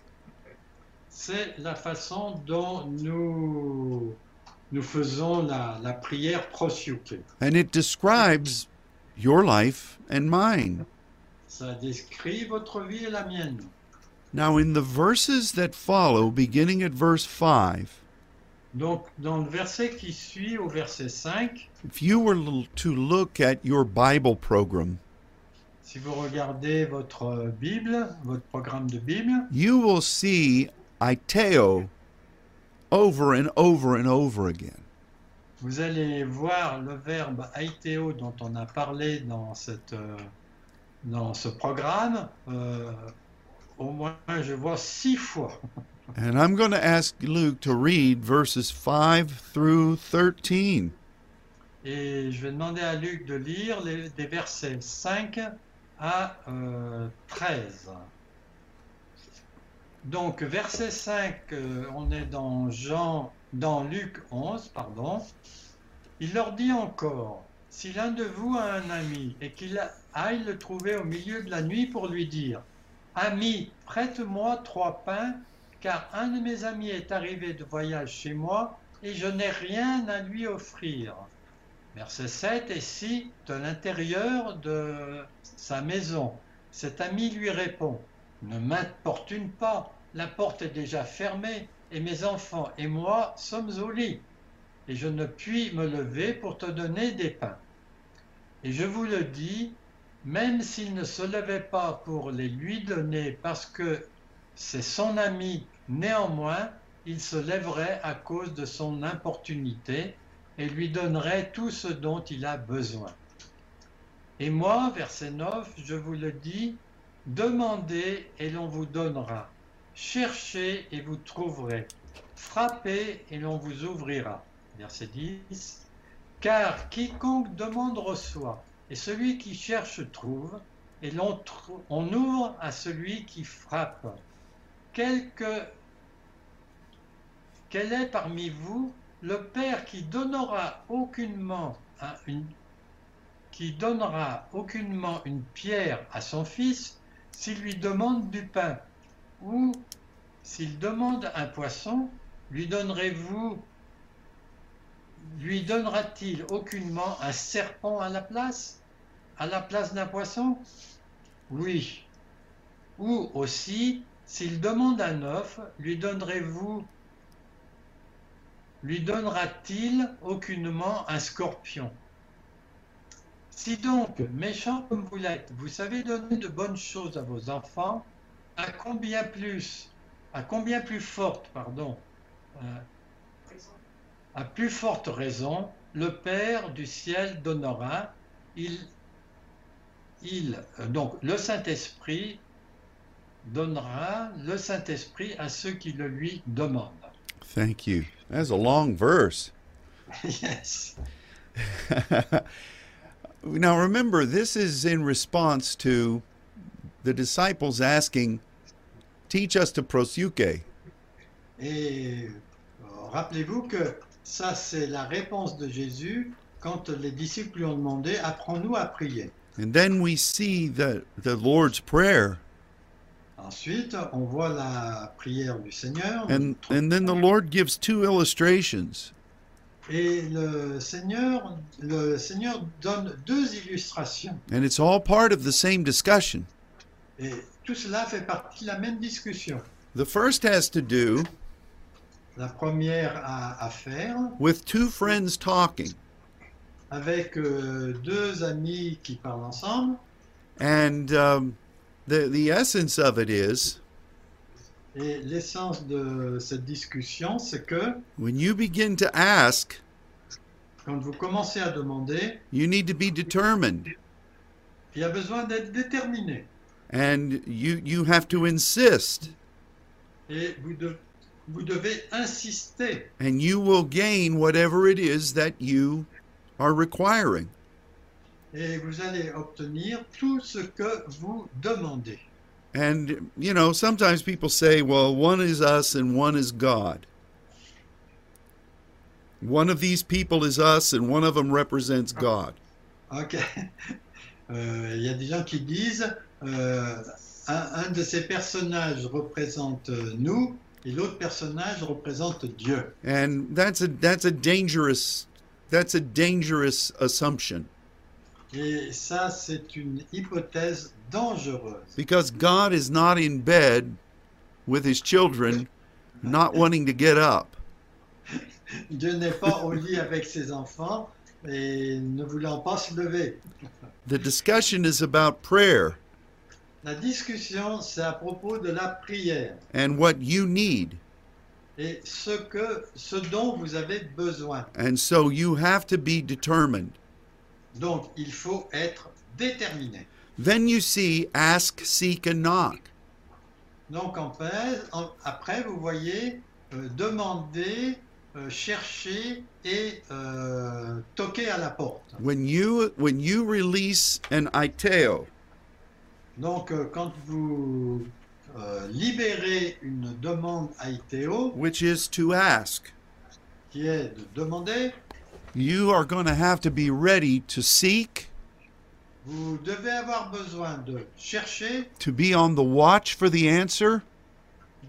S2: c'est la façon dont nous, nous faisons la, la prière prosyuke.
S1: And it describes your life and mine.
S2: Ça décrit votre vie et la mienne.
S1: Now, in the verses that follow, beginning at verse 5,
S2: Donc, dans le verset qui suit, au verset 5,
S1: if you were l- to look at your Bible program,
S2: si vous regardez votre Bible, votre programme de Bible,
S1: you will see Iteo over and over and over again.
S2: vous allez voir le verbe aiteo dont on a parlé dans, cette, euh, dans ce programme. euh, au moins, je vois six fois.
S1: And I'm going to ask Luke to read verses 5 through 13.
S2: Et je vais demander à Luc de lire les, des versets 5 à euh, 13. Donc, verset 5, euh, on est dans Jean, dans Luc 11, pardon. Il leur dit encore, si l'un de vous a un ami et qu'il a- aille le trouver au milieu de la nuit pour lui dire, Ami, prête-moi trois pains, car un de mes amis est arrivé de voyage chez moi et je n'ai rien à lui offrir. Verset 7, et si, de l'intérieur de sa maison, cet ami lui répond, Ne m'importune pas, la porte est déjà fermée, et mes enfants et moi sommes au lit, et je ne puis me lever pour te donner des pains. Et je vous le dis, même s'il ne se levait pas pour les lui donner parce que c'est son ami, néanmoins, il se lèverait à cause de son importunité, et lui donnerait tout ce dont il a besoin. Et moi, verset 9, je vous le dis, demandez et l'on vous donnera, cherchez et vous trouverez, frappez et l'on vous ouvrira. Verset 10, car quiconque demande reçoit, et celui qui cherche trouve, et l'on trou- on ouvre à celui qui frappe. Quelque quel est parmi vous le père qui donnera aucunement à une qui donnera aucunement une pierre à son fils s'il lui demande du pain ou s'il demande un poisson lui donnerez-vous lui donnera-t-il aucunement un serpent à la place à la place d'un poisson oui ou aussi s'il demande un œuf lui donnerez-vous lui donnera-t-il aucunement un scorpion Si donc, méchant comme vous l'êtes, vous savez donner de bonnes choses à vos enfants, à combien plus, à combien plus forte, pardon, euh, à plus forte raison, le Père du ciel donnera, il, il euh, donc le Saint-Esprit donnera le Saint-Esprit à ceux qui le lui demandent.
S1: Thank you. That's a long verse.
S2: Yes.
S1: now remember, this is in response to the disciples asking, "Teach us to prosuke."
S2: Et euh, rappelez-vous que ça, c'est la réponse de Jésus quand les disciples lui ont demandé Apprends-nous à prier.
S1: And then we see the the Lord's prayer,
S2: Ensuite, on voit la prière du Seigneur.
S1: and and then the Lord gives two illustrations.
S2: Et le Seigneur, le Seigneur donne deux illustrations.
S1: And it's all part of the same discussion.
S2: Et tout cela fait partie de la même discussion.
S1: The first has to do
S2: La première à, à faire
S1: with two friends talking,
S2: avec euh, deux amis qui parlent ensemble.
S1: and um, the the essence of it is
S2: Et l'essence de cette discussion, c'est que
S1: when you begin to ask,
S2: quand vous commencez à demander,
S1: you need to be determined,
S2: Il y a besoin d'être déterminé.
S1: and you you have to insist.
S2: Et vous, de- vous devez insister
S1: and you will gain whatever it is that you are requiring.
S2: et vous allez obtenir tout ce que vous demandez.
S1: And, you know, sometimes people say, well, one is us and one is God. One of these people is us and one of them represents God.
S2: Ok. Euh, Il y a des gens qui disent euh, un, un de ces personnages représente euh, nous et l'autre personnage représente Dieu.
S1: And that's a that's a dangerous that's a dangerous assumption
S2: Et ça, c'est une hypothèse dangereuse.
S1: because God is not in bed with his children not wanting to get up.
S2: Dieu n'est pas au lit avec ses enfants et ne voulant pas se lever.
S1: The discussion is about prayer
S2: La discussion, c'est à propos de la prière
S1: and what you need.
S2: et ce, que, ce dont vous avez besoin.
S1: And so you have to be determined.
S2: Donc, il faut être déterminé.
S1: Then you see ask, seek and knock.
S2: Donc en fait, en- après, vous voyez, euh, demander, euh, chercher et euh, toquer à la porte.
S1: When you when you release an iteo,
S2: Donc euh, quand vous euh, libérez une demande à ITO,
S1: which is to ask,
S2: qui est de demander,
S1: you are going to have to be ready to seek,
S2: vous devez avoir besoin de chercher,
S1: to be on the watch for the answer,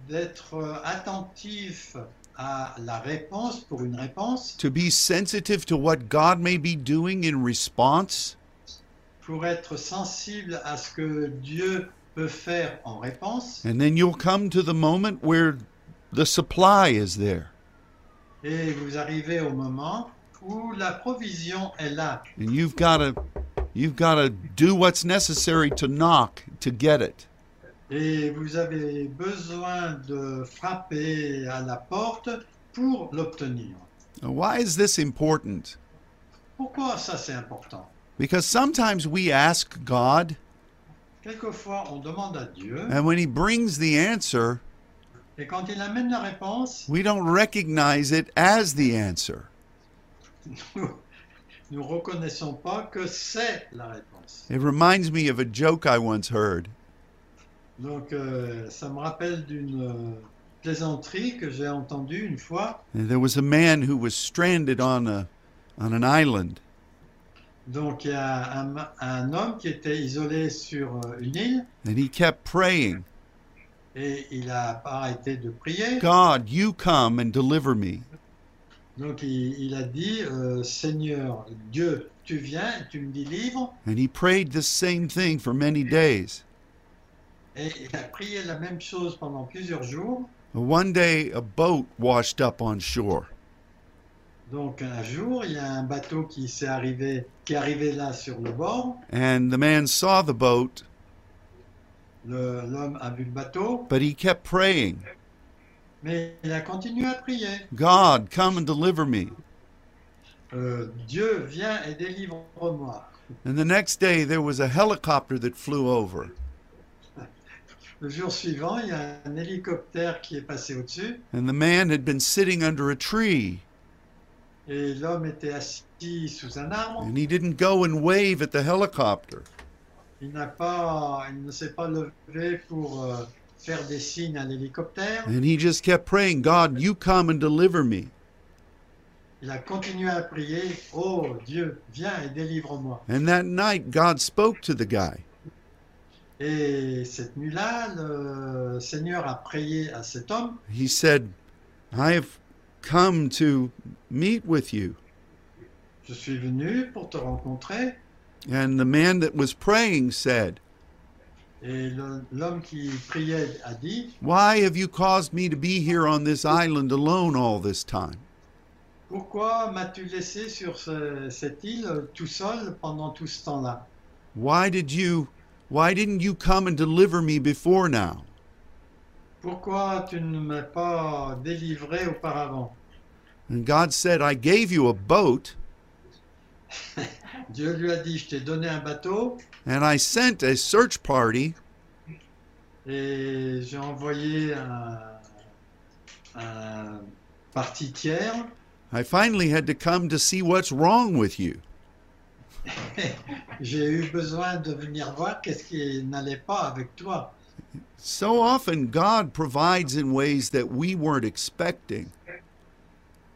S2: d'être euh, attentif à la réponse pour une réponse,
S1: to be sensitive to what God may be doing in response,
S2: pour être sensible à ce que Dieu peut faire en réponse.
S1: and then you'll come to the moment where the supply is there
S2: Et vous arrivez au moment où la provision est là.
S1: and you've got to you've got to do what's necessary to knock to get it.
S2: Et vous avez besoin de frapper à la porte pour l'obtenir.
S1: Now, why is this important?
S2: Pourquoi ça c'est important
S1: Because sometimes we ask God
S2: Quelquefois on demande à Dieu
S1: and when he brings the answer,
S2: et quand il amène la réponse,
S1: we don't recognize it as the answer.
S2: nous ne reconnaissons pas que c'est la réponse.
S1: It reminds me of a joke I once heard.
S2: Donc euh, ça me rappelle d'une euh, plaisanterie que j'ai entendue une fois.
S1: There was a man who was stranded on a on an island
S2: Donc il y a un, ma- un homme qui était isolé sur euh, une île
S1: and he kept praying,
S2: Et il a pas arrêté de prier.
S1: "God, you come and deliver me."
S2: Donc il, il a dit, euh, Seigneur Dieu, tu viens, tu me délivres.
S1: And he prayed this same thing for many days.
S2: Et il a prié la même chose pendant plusieurs jours.
S1: One day a boat washed up on shore
S2: Donc un jour, il y a un bateau qui s'est arrivé, qui est arrivé là sur le bord.
S1: and the man saw the boat,
S2: Le- L'homme a vu le bateau,
S1: but he kept praying,
S2: mais il a continué à prier.
S1: "God, come and deliver me."
S2: Euh, Dieu viens et délivre-moi.
S1: And the next day there was a helicopter that flew over.
S2: Le jour suivant, il y a un hélicoptère qui est passé au-dessus
S1: And the man had been sitting under a tree,
S2: et l'homme était assis sous un arbre.
S1: and he didn't go and wave at the helicopter.
S2: Il n'a pas, il ne s'est pas levé pour euh, faire des signes à l'hélicoptère.
S1: And he just kept praying, God, you come and deliver me.
S2: Il a continué à prier. Oh Dieu, viens et délivre-moi.
S1: And that night, God spoke to the guy.
S2: Et cette nuit-là, le Seigneur a prié à cet homme.
S1: He said, I have come to meet with you.
S2: Je suis venu pour te rencontrer.
S1: And the man that was praying said,
S2: Et le- l'homme qui priait a dit,
S1: Why have you caused me to be here on this island alone all this time?
S2: pourquoi m'as-tu laissé sur ce- cette île tout seul pendant tout ce temps-là
S1: Why did you, why didn't you come and deliver me before now?
S2: Pourquoi tu ne m'as pas délivré auparavant
S1: And God said, I gave you a boat
S2: Dieu lui a dit, je t'ai donné un bateau,
S1: and I sent a search party
S2: Et j'ai envoyé un, un parti tiers.
S1: I finally had to come to see what's wrong with you.
S2: J'ai eu besoin de venir voir qu'est-ce qui n'allait pas avec toi.
S1: So often, God provides in ways that we weren't expecting.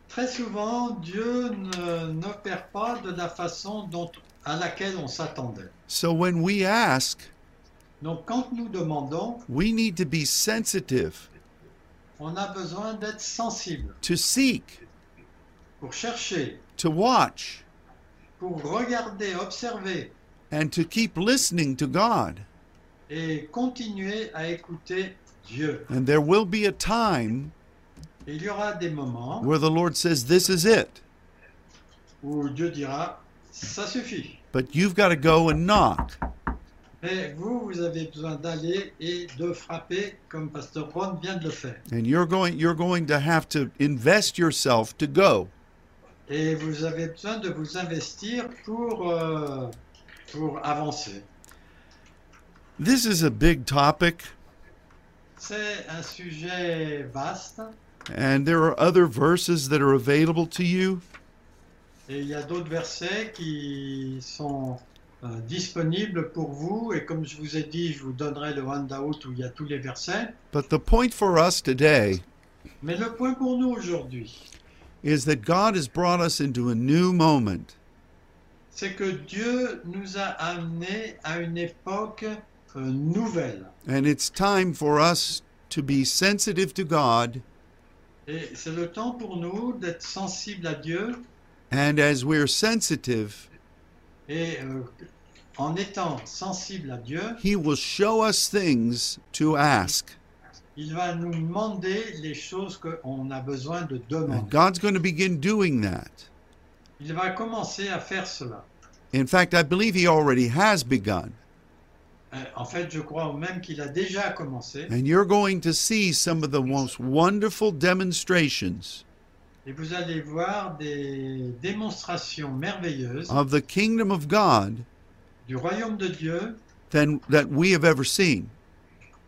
S2: Très souvent, Dieu ne- n'opère pas de la façon dont, à laquelle on s'attendait.
S1: So when we ask,
S2: Donc quand nous demandons,
S1: we need to be sensitive,
S2: on a besoin d'être sensible
S1: to seek,
S2: pour chercher,
S1: to watch,
S2: pour regarder, observer
S1: and to keep listening to God.
S2: et continuer à écouter Dieu.
S1: And there will be a time
S2: Il y aura des moments
S1: where the Lord says, This is it.
S2: où Dieu dira, ça suffit.
S1: But you've got to go and knock.
S2: Mais vous, vous avez besoin d'aller et de frapper comme Pasteur Ron vient de le faire.
S1: And you're going, you're going to have to invest yourself to go.
S2: Et vous avez besoin de vous investir pour, euh, pour avancer.
S1: This is a big topic,
S2: C'est un sujet vaste
S1: and there are other verses that are available to you.
S2: et il y a d'autres versets qui sont euh, disponibles pour vous. Et comme je vous ai dit, je vous donnerai le handout où il y a tous les versets.
S1: But the point for us today
S2: Mais le point pour nous aujourd'hui,
S1: is that God has brought us into a new moment.
S2: c'est que Dieu nous a amenés à une époque euh, nouvelle.
S1: And it's time for us to be sensitive to God.
S2: Et c'est le temps pour nous d'être sensibles à Dieu
S1: And as we're sensitive,
S2: et euh, en étant sensibles à Dieu,
S1: He will show us things to ask.
S2: il va nous demander les choses qu'on a besoin de
S1: And
S2: demander.
S1: God's going to begin doing that.
S2: Il va commencer à faire cela.
S1: In fact, I believe He already has begun.
S2: Euh, En fait, je crois même qu'il a déjà commencé
S1: And you're going to see some of the most wonderful demonstrations
S2: et vous allez voir des démonstrations merveilleuses
S1: of the kingdom of God
S2: du royaume de Dieu
S1: than that we have ever seen.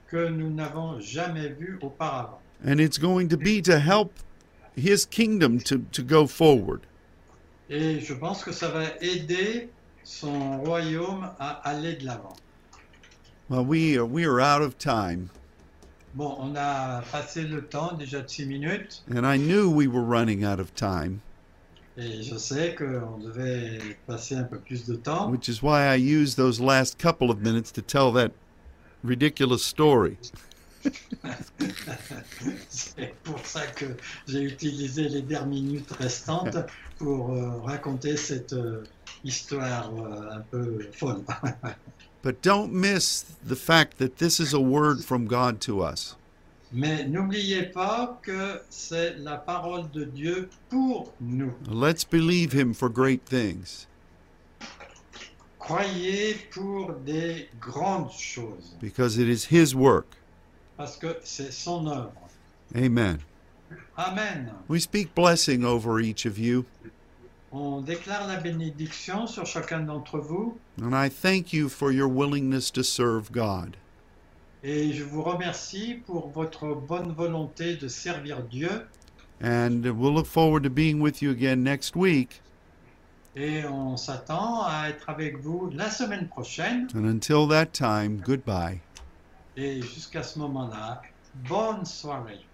S2: que nous n'avons jamais vu auparavant.
S1: And it's going to be to help His kingdom to, to go forward.
S2: Et je pense que ça va aider son royaume à aller de l'avant.
S1: Well, we are, we are out of time,
S2: Bon, on a passé le temps déjà de six minutes
S1: and I knew we were running out of time,
S2: et je sais qu'on devait passer un peu plus de temps.
S1: which is why I used those last couple of minutes to tell that ridiculous story.
S2: C'est pour ça que j'ai utilisé les dernières minutes restantes pour euh, raconter cette euh, histoire euh, un peu folle.
S1: But don't miss the fact that this is a word from God to us.
S2: Mais n'oubliez pas que c'est la parole de Dieu pour nous.
S1: Let's believe Him for great things
S2: Croyez pour des grandes choses
S1: because it is His work.
S2: parce que c'est son œuvre.
S1: Amen.
S2: Amen.
S1: We speak blessing over each of you,
S2: On déclare la bénédiction sur chacun d'entre vous
S1: and I thank you for your willingness to serve God.
S2: et je vous remercie pour votre bonne volonté de servir Dieu.
S1: And we'll look forward to being with you again next week.
S2: Et on s'attend à être avec vous la semaine prochaine.
S1: And until that time, goodbye.
S2: Et jusqu'à ce moment-là, bonne soirée.